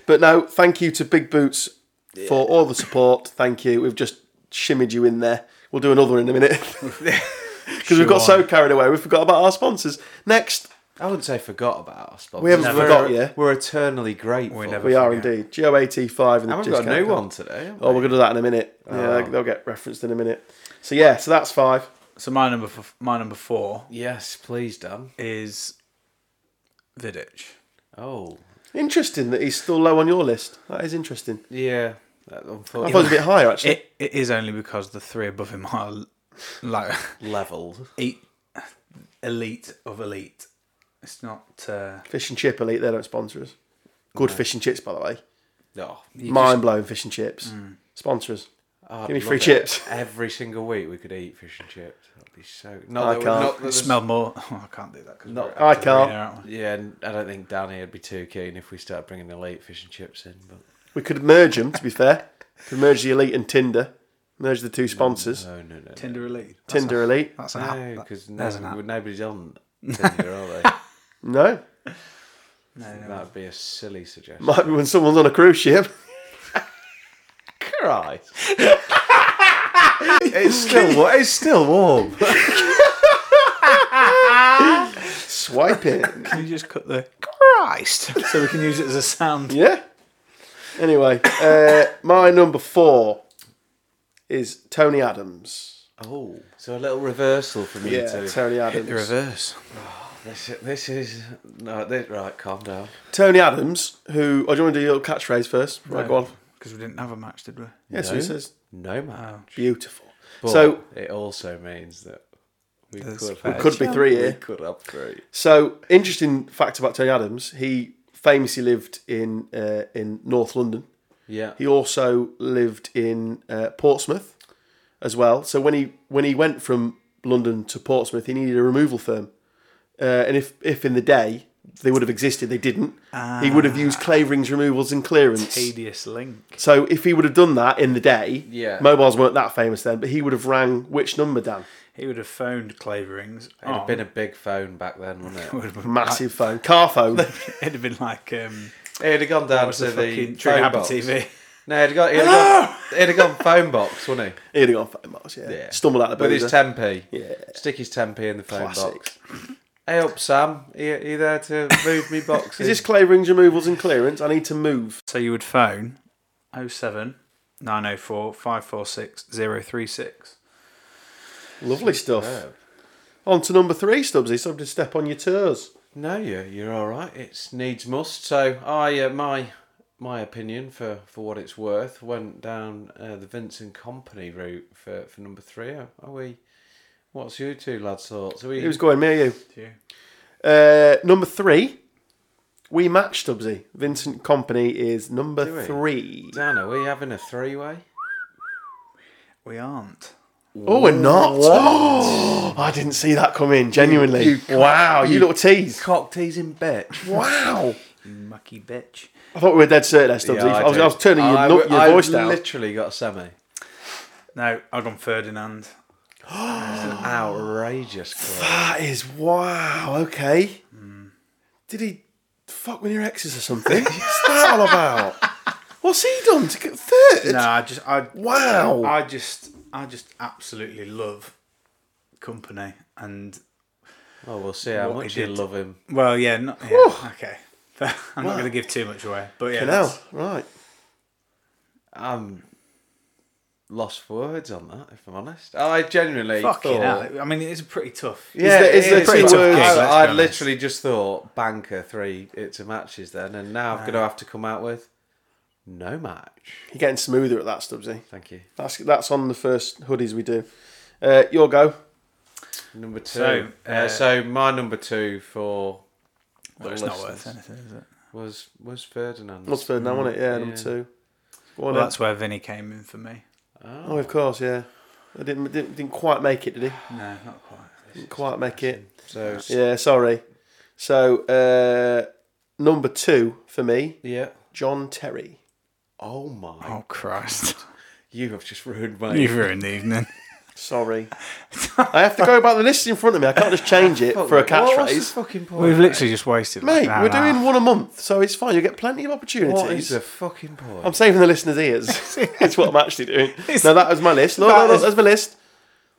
A: but no, thank you to Big Boots for all the support. Thank you. We've just shimmied you in there. We'll do another in a minute because we've got so carried away, we forgot about our sponsors. Next,
B: I wouldn't say forgot about our sponsors.
A: We haven't
B: We're-
A: forgot, yeah.
B: We're eternally grateful.
C: We never-
A: we are indeed GO85 in
B: I
A: the
B: haven't got a
A: discount
B: new
A: code.
B: one today. have
A: Oh,
B: we?
A: we're gonna do that in a minute. Yeah,
C: Oh.
A: they'll get referenced in a minute. So yeah, so that's five.
C: so my number f- my number four
B: Yes, please, Dan.
C: is Vidic.
B: Oh,
A: Interesting that he's still low on your list. That is interesting.
B: yeah. That
A: I thought it was a
B: unfortunately
A: bit higher actually.
C: It it is only because the three above him are l- like
B: leveled.
C: eight e- elite of elite. It's not uh,
A: Fish and chip elite, they don't sponsor us. Good fish and chips, by the way.
B: No,
A: Mind blowing fish and chips.
C: Mm.
A: Sponsor us.
B: I'd
A: Give me
B: love
A: free
B: it.
A: chips.
B: Every single week we could eat fish and chips. That'd be so. No,
A: I
B: that would-
A: can't.
B: Not that
C: smell more. Oh, I can't do that because
B: Not-
A: I can't.
B: there's- Yeah, and I don't think Danny would be too keen if we started bringing the late fish and chips in. But
A: We could merge them. To be fair, could merge the elite and Tinder. Merge the two sponsors.
B: no, no, no, no.
C: Tinder elite. That's
A: Tinder elite.
C: A, that's an app.
B: No, because
C: There's an app.
B: nobody's on Tinder, are they?
A: No,
B: That'd be a silly suggestion.
A: might be when someone's on a cruise ship.
B: Christ. it's still wa- it's still warm.
A: Swipe it.
C: Can you just cut the Christ so we can use it as a sound?
A: Yeah. Anyway, uh, my number four is Tony Adams.
B: Oh, so a little reversal from you
A: Yeah,
B: two.
A: Tony
C: Hit
A: Adams.
C: the reverse.
B: Oh, This, this is no, this, right. Calm down.
A: Tony Adams, who oh, do you want to do your little catchphrase first? Right, go on.
C: Because we didn't have a match, did we?
A: Yeah, so he
B: No.
A: says
B: No match.
A: beautiful.
B: But
A: So
B: it also means that we
C: There's-
B: could
C: We
B: have
A: could be three here.
B: We could have three.
A: so interesting fact about Tony Adams, he famously lived in uh, in North London.
B: Yeah.
A: He also lived in uh, Portsmouth as well. So when he when he went from London to Portsmouth, he needed a removal firm. Uh, and if if in the day they would have existed. They didn't. He would have used claverings, removals, and clearance.
C: Tedious link.
A: So if he would have done that in the day,
B: Yeah.
A: mobiles weren't that famous then, but he would have rang which number, Dan?
C: He would have phoned Oh. Claverings.
B: It'd have been a big phone back then, wouldn't it?
A: Massive phone, car phone.
C: It'd have been like um,
B: It'd have gone down
C: was
B: to
C: the
B: the
C: fucking
B: phone
C: Trigger Happy
B: box.
C: TV.
B: No, it'd have gone. It'd have gone, it'd have gone phone box, wouldn't he?
A: He'd have gone phone box, yeah.
B: Yeah.
A: Stumbled out the
B: With
A: boozer.
B: his 10p.
A: Yeah.
B: Stick his 10p in the phone
A: Classic.
B: box. Hey up, Sam. Are you, are you there to move me boxes?
A: Is this claverings, removals, and clearance? I need to move.
C: So you would phone 07 904 546 036.
A: Lovely stuff. On to number three, Stubbsy. Something to step on your toes.
B: No, you're you're all right. It's needs must. So I uh, my my opinion for for what it's worth went down uh, the Vincent Company route for for number three. Are, are we? What's you two lads' thoughts? Are we?
A: Who's going, me or you?
C: You.
A: Uh, number three, we match Stubbsy. Vincent Company is
B: Do
A: number
B: we?
A: three.
B: Dan, are we having a three way?
C: We aren't.
A: Oh, we're not. Oh, I didn't see that come in, genuinely.
B: You- you-
A: wow, you, little tease.
B: Cock teasing bitch.
A: Wow.
C: You mucky bitch.
A: I thought we were dead certain there, Stubbsy. I, was, I was turning your,
B: I
A: nu-
B: w-
A: your
B: I
A: voice down.
B: literally got a semi.
C: No, I've gone Ferdinand.
B: Outrageous. Claw.
A: that is wow, okay. Did he fuck with your exes or something? What's that all about? What's he done to get third?
C: No, I just I
A: Wow.
C: I just I just absolutely love company and
B: Oh, we'll see how
C: What
B: much
C: he
B: you
C: did.
B: love him.
C: well yeah, not, yeah okay. I'm not going to give too much away, but yeah,
A: Now,
C: that's-
A: right.
B: I'm lost for words on that. If I'm honest, I genuinely
C: fucking
B: thought.
C: hell. I mean, it's pretty tough.
B: Yeah,
A: there- is
B: it
A: there
B: is.
A: pretty
B: Well,
A: tough
B: I-
A: gig,
C: let's
B: I,
C: be honest.
B: literally just thought banker three it's a matches then, and now I'm going to have to come out with no match.
A: You're getting smoother at that, Stubbsy.
B: Thank you.
A: That's that's on the first hoodies we do. Uh, your go.
B: Number two.
C: So,
B: So, uh,
C: uh,
B: so my number two for
C: Well,
B: the
C: it's not
B: listeners
C: worth anything, is it?
B: was was Ferdinand.
A: What's third now, wasn't it? Yeah, number
B: Yeah.
A: two. Go on
C: Well,
A: then.
C: that's where Vinny came in for me.
A: Oh, of course, yeah. I didn't, didn't didn't quite make it, did he?
C: No, not quite.
A: Didn't quite make it.
B: So yeah.
A: Yeah, sorry. So uh, number two for me, John Terry.
B: Oh my!
C: Oh Christ!
B: You have just ruined my.
C: You ruined the evening.
A: Sorry, I have to go by the list in front of me. I can't just change it for a
B: What- what's the
A: catchphrase.
B: fucking point?
C: We've literally just wasted.
A: Mate, we're doing one a month, so it's fine. You get plenty of opportunities.
B: What is the fucking point?
A: I'm saving the listeners' ears. That's what I'm actually doing.
C: It's-
A: No, that was my list. Look, look,
C: That
A: look,
C: is-
A: there's my list.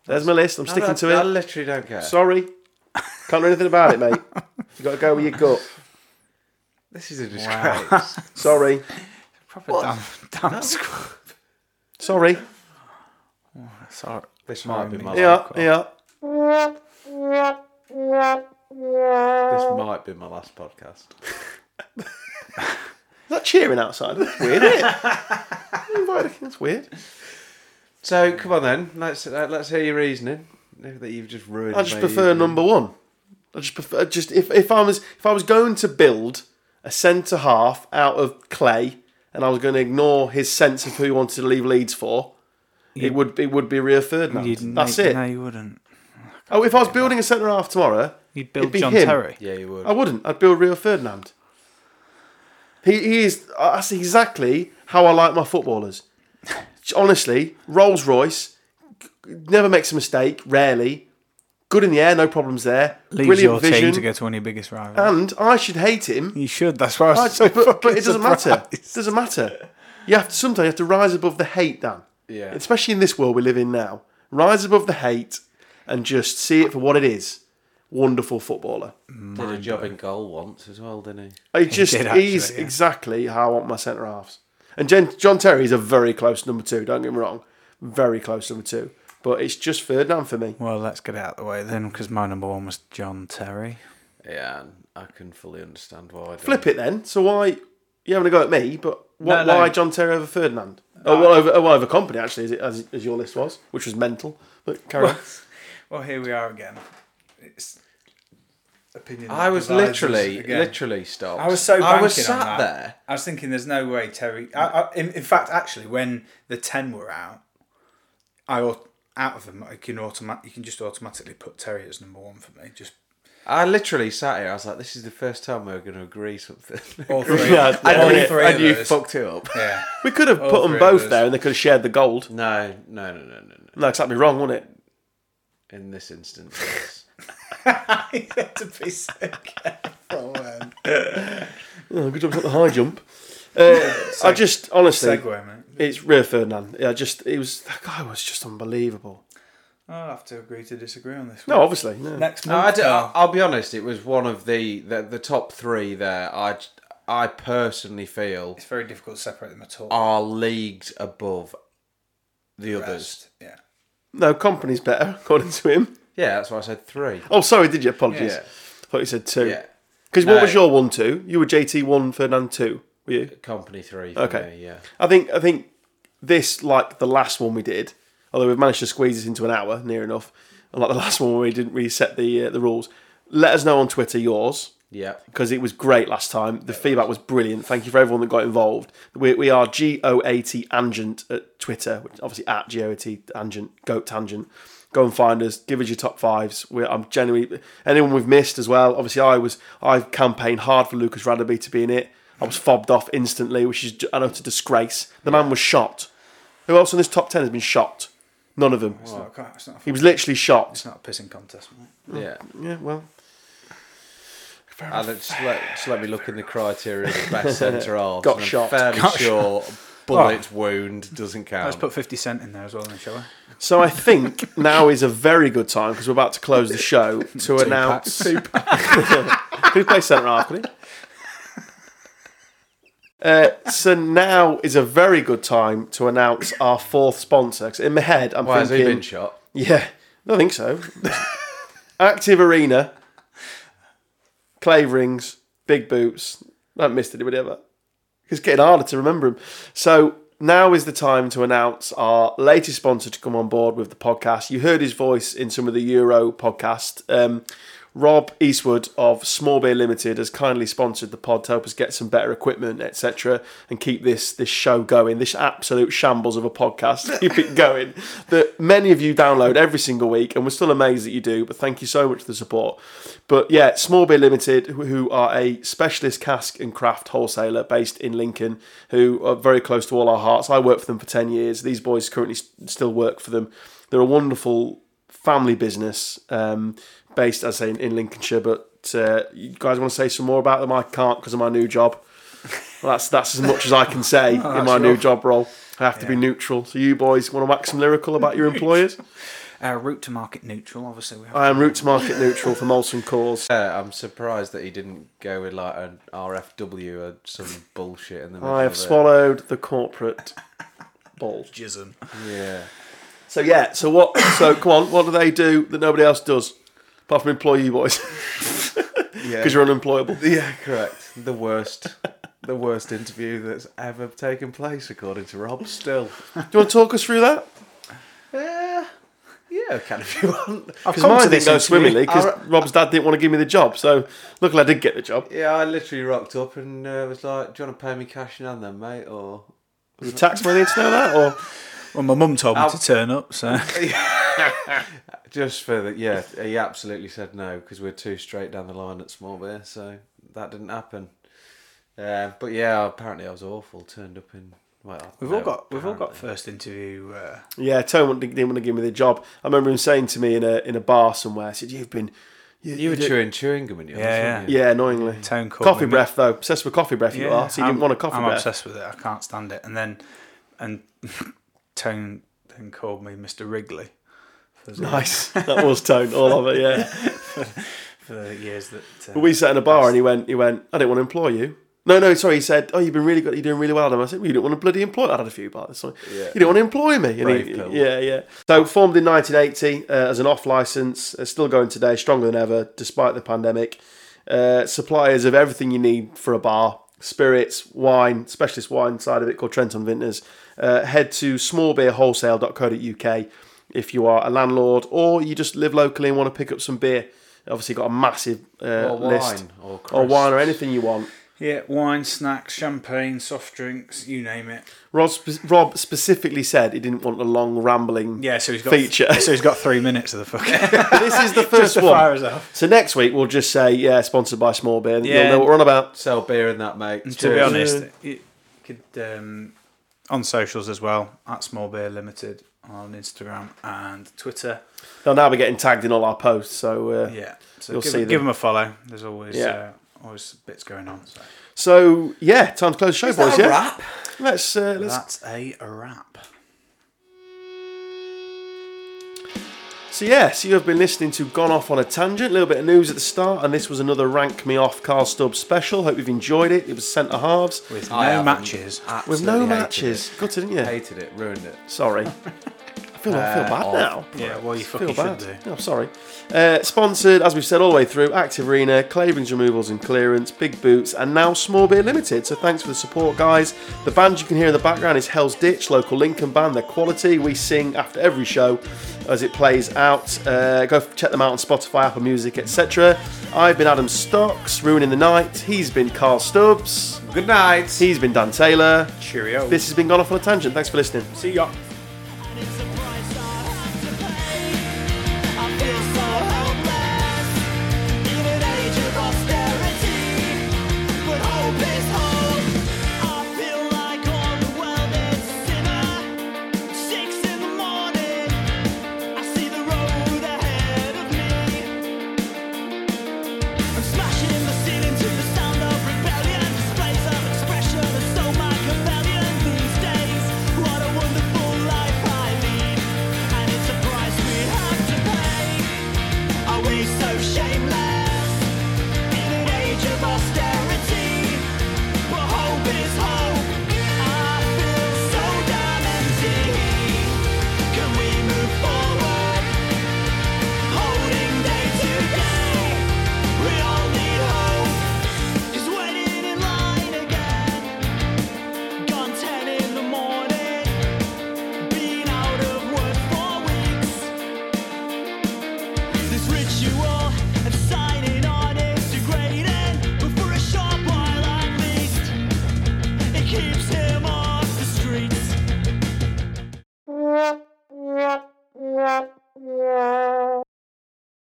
A: There's my list. I'm sticking
B: I,
A: to
B: I
A: it.
B: literally don't care.
A: Sorry, can't do anything about it, mate. You got to go with your gut.
B: this is a
C: Wow.
B: disgrace.
A: Sorry,
C: proper damn, damn squad.
A: sorry.
C: Oh, Sorry.
B: This might be my
A: Yeah,
B: last.
A: yeah.
B: This might be my last podcast.
A: Is that cheering outside? That's weird, isn't it? That's weird.
B: So come on then, let's uh, let's hear your reasoning that you've just ruined.
A: I just
B: my
A: prefer
B: evening.
A: number one. I just prefer just if, if I was if I was going to build a centre half out of clay and I was going to ignore his sense of who he wanted to leave Leeds for, it would it would be Rio Ferdinand.
C: You'd-
A: That's
C: no,
A: it.
C: No, you wouldn't.
A: Oh, if I was building a centre half tomorrow,
C: You'd
A: It'd
C: build
A: be
C: John
A: him.
C: Terry.
B: Yeah, you would.
A: I wouldn't. I'd build Rio Ferdinand. He, he is. uh, That's exactly how I like my footballers. Honestly, Rolls Royce never makes a mistake. Rarely, good in the air, no problems there.
C: Leaves
A: Brilliant
C: your
A: vision.
C: team to go to one of your biggest rivals.
B: Uh,
A: And I should hate him.
C: you should. That's why I was
A: I-
C: so
A: but, but
C: fucking
A: it doesn't matter. It
C: surprised.
A: doesn't matter. You have to sometimes you have to rise above the hate, Dan.
B: Yeah.
A: Especially in this world we live in now, rise above the hate and just see it for what it is. Wonderful footballer.
B: Did a job in goal once as well, didn't he?
A: I just
C: did actually,
A: he's
C: yeah.
A: exactly how I want my centre halves. And Jen, John Terry is a very close number two. Don't get me wrong, very close number two. But it's just Ferdinand for me.
C: Well, let's get it out of the way then, because my number one was John Terry.
B: Yeah, and I can fully understand why. I
A: Flip it then. So why you having a go at me? But why,
C: No, no.
A: why John Terry over Ferdinand? Oh, well, over, oh, well, over company actually, as, it- as, as your list was, which was mental. But carry on.
C: Well, here we are again. It's opinion.
B: I was
C: divides us
B: literally,
C: again.
B: literally stopped.
C: I was so.
B: I was
C: banking on that.
B: sat there.
C: I was thinking, there's no way Terry. I, I, in, in fact, actually, when the ten were out, I au- out of them, I can automatic. You can just automatically put Terry as number one for me. Just
B: I literally sat here. I was like, "This is the first time we're going to agree something."
C: All three.
A: Yeah,
C: all
A: yeah.
C: three
B: and
C: of
B: you
C: those.
B: fucked it up.
C: Yeah.
A: We could have
C: All
A: put them
C: three
A: both
C: of us.
A: there and they could have shared the gold.
B: No, no, no, no, no, no.
A: No, because that'd be wrong, wouldn't it?
B: In this instance, yes.
C: you have to be so careful, man.
A: Oh, good job it's not the high jump. Uh,
C: Oh,
A: I just, honestly,
C: Segway, mate.
A: it's Rio Ferdinand. I just, it was, that guy was just unbelievable.
C: I'll have to agree to disagree on this one.
A: No, obviously. No.
C: Next
B: No, I
C: month.
B: d-
C: oh.
B: I'll be honest. It was one of the the, the top three there. I j- I personally feel
C: It's very difficult to separate them at all.
B: are leagues above the others.
C: Rest, Yeah.
A: No, company's better, according to him.
B: Yeah, that's why I said three.
A: Oh, sorry, did you? Apologies.
B: Yeah.
A: thought you said two.
B: Yeah,
A: Because
B: No.
A: what was your one, two? You were JT one, Ferdinand two, were you?
B: company three. For
A: Okay.
B: Me, yeah.
A: I think I think this like the last one we did, although we've managed to squeeze this into an hour near enough, and like the last one where we didn't reset the uh, the rules. Let us know on Twitter yours
B: Yeah.
A: because it was great last time. The feedback was brilliant. Thank you for everyone that got involved. We, we are GOAT Angent at Twitter, which obviously at GOAT Angent, Goat Tangent. Go and find us. Give us your top fives. We're, I'm genuinely anyone we've missed as well. Obviously, I was I campaigned hard for Lucas Radaby to be in it. I was fobbed off instantly, which is an utter disgrace. The man was shot. Who else in this top ten has been shot? None of them.
C: It's not, a- it's, not a,
A: He was literally shot.
C: it's not a pissing contest, mate.
B: Yeah.
A: Yeah, well,
B: And just let, just let me look in the criteria of best centre arms.
A: Got
B: and
A: shot. Oh.
B: I'm fairly
C: Got
B: sure bullet wound doesn't count.
C: Let's put 50 Cent in there as well, then, shall we?
A: So I think now is a very good time because we're about to close the show to announce. Who plays centre half? can he? Uh, so now is a very good time to announce our fourth sponsor. 'Cause in my head, I'm
B: Why has he
A: thinking,
B: been shot?
A: yeah, I don't think so. Active Arena, Claverings, Big Boots. I haven't missed anybody ever. It's getting harder to remember them. So now is the time to announce our latest sponsor to come on board with the podcast. You heard his voice in some of the Euro podcast. Um, Rob Eastwood of Small Beer Limited has kindly sponsored the pod to help us get some better equipment, etc., and keep this this show going. This absolute shambles of a podcast, keep it going. That many of you download every single week, and we're still amazed that you do. But thank you so much for the support. But yeah, Small Beer Limited, who- who are a specialist cask and craft wholesaler based in Lincoln, who are very close to all our hearts. I worked for them for ten years. These boys currently s- still work for them. They're a wonderful family business um, based, as I say, in, in Lincolnshire. But uh, you guys want to say some more about them? I can't because of my new job. Well, that's that's as much as I can say in my
C: that's
A: new
C: rough.
A: job role. I have to be
C: Yeah.
A: neutral. So you boys want to wax some lyrical about your employers?
C: Uh, route to market neutral, obviously. We have
A: I am route to market neutral for Molson Coors.
B: Yeah, I'm surprised that he didn't go with like an RFW or some bullshit in the middle.
A: I have
B: of it.
A: swallowed the corporate ball.
C: jism.
B: Yeah.
A: So yeah. So what? So come on. What do they do that nobody else does? Apart from employ you boys,
B: Yeah.
A: because you're unemployable.
B: Yeah, correct. The worst, the worst interview that's ever taken place, according to Rob. Still,
A: Do you want to talk us through that?
B: yeah, yeah, can if you want.
A: Because mine didn't go swimmingly because
B: I-
A: Rob's dad didn't want to give me the job. So luckily I did get the job.
B: Yeah, I literally rocked up and uh, was like, "Do you want to pay me cash in hand, then, mate?" Or
A: Was the tax money to know that, or
C: Well, my mum told me
B: I'll-
C: to turn up, so.
B: just for the yeah, he absolutely said no because we're too straight down the line at small beer, so that didn't happen. Uh, but yeah, apparently I was awful. Turned up in well,
C: We've
B: no,
C: all got we've all got
B: apparently.
C: first interview. Uh,
A: yeah, Tone didn't want to give me the job. I remember him saying to me in a in a bar somewhere, I "said You've been, you,
B: You were
A: do-"
B: chewing chewing gum in yours,
C: Yeah,
B: weren't
C: yeah.
B: you?
A: yeah, annoyingly
C: Tone called
A: coffee
C: me.
A: breath though, obsessed with coffee breath. you are, so you
C: I'm-
A: didn't want a coffee
C: I'm
A: breath.
C: obsessed with it. I can't stand it. And then, and Tone then called me Mr. Wrigley for the,
A: Nice, that was Tone, all of it. Yeah,
C: for the years that. Uh,
A: but we sat in a bar and he went, he went, I didn't want to employ you. No, no, sorry. He said, "Oh, you've been really good. You're doing really well." And I said, "Well, you didn't want to bloody employ." I had a few bars. Sorry.
B: Yeah.
A: You didn't want to employ me. And he-
B: Brave pill.
A: yeah, yeah. So formed in 1980 uh, as an off license, uh, still going today, stronger than ever despite the pandemic. Uh, suppliers of everything you need for a bar: spirits, wine, specialist wine side of it called Trenton Vintners. Uh, head to smallbeerwholesale.co.uk if you are a landlord or you just live locally and want to pick up some beer. Obviously, got a massive uh,
B: Or wine,
A: list
B: or
A: or wine or
B: crisps.
A: anything you want.
C: Yeah, wine, snacks, champagne, soft drinks, you name it.
A: Rob, spe- Rob specifically said he didn't want a long rambling.
C: Yeah, so he's got
A: Feature.
C: So he's got three minutes of the fucking
A: This is the first
C: to fire us
A: one.
C: up.
A: So next week we'll just say yeah, sponsored by Small Beer. and You'll
C: Yeah.
A: know what we're on about.
B: Sell beer in that, mate.
C: to be
B: Cheers.
C: honest, you could um, on socials as well at Small Beer Limited on Instagram and Twitter.
A: They'll now be getting tagged in all our posts. So uh,
C: Yeah, so
A: You'll
C: give,
A: see
C: give
A: them.
C: them a follow. There's always
A: Yeah.
C: uh, always bits going on. So.
A: so yeah, time to close the show,
B: Is
A: boys.
B: that a
A: yeah,
B: wrap?
A: let's uh, let's
C: That's a wrap.
A: So yeah, so you have been listening to Gone Off on a Tangent, a little bit of news at the start, and this was another Rank Me Off Carl Stubbs special. Hope you've enjoyed it. It was centre halves with,
C: With
B: I
C: no
B: haven't.
C: matches.
B: Absolutely
A: no
B: hated
A: matches.
B: it.
A: Good, didn't you?
B: Hated it, ruined it.
A: Sorry, I feel I feel
B: Uh,
A: bad
B: off.
A: now.
C: Yeah, well, you
A: feel
C: fucking should
A: bad.
C: do.
A: No, I'm sorry. Uh, sponsored, as we've said all the way through, Active Arena, Clavings Removals and Clearance, Big Boots, and now Small Beer Limited. So thanks for the support, guys. The band you can hear in the background is Hell's Ditch, local Lincoln band. They're quality. We sing after every show as it plays out. Uh, go check them out on Spotify, Apple Music, etc. I've been Adam Stocks, ruining the night. He's been Carl Stubbs.
B: Good night.
A: He's been Dan Taylor.
C: Cheerio.
A: This has been Gone Off on a Tangent. Thanks for listening.
C: See ya.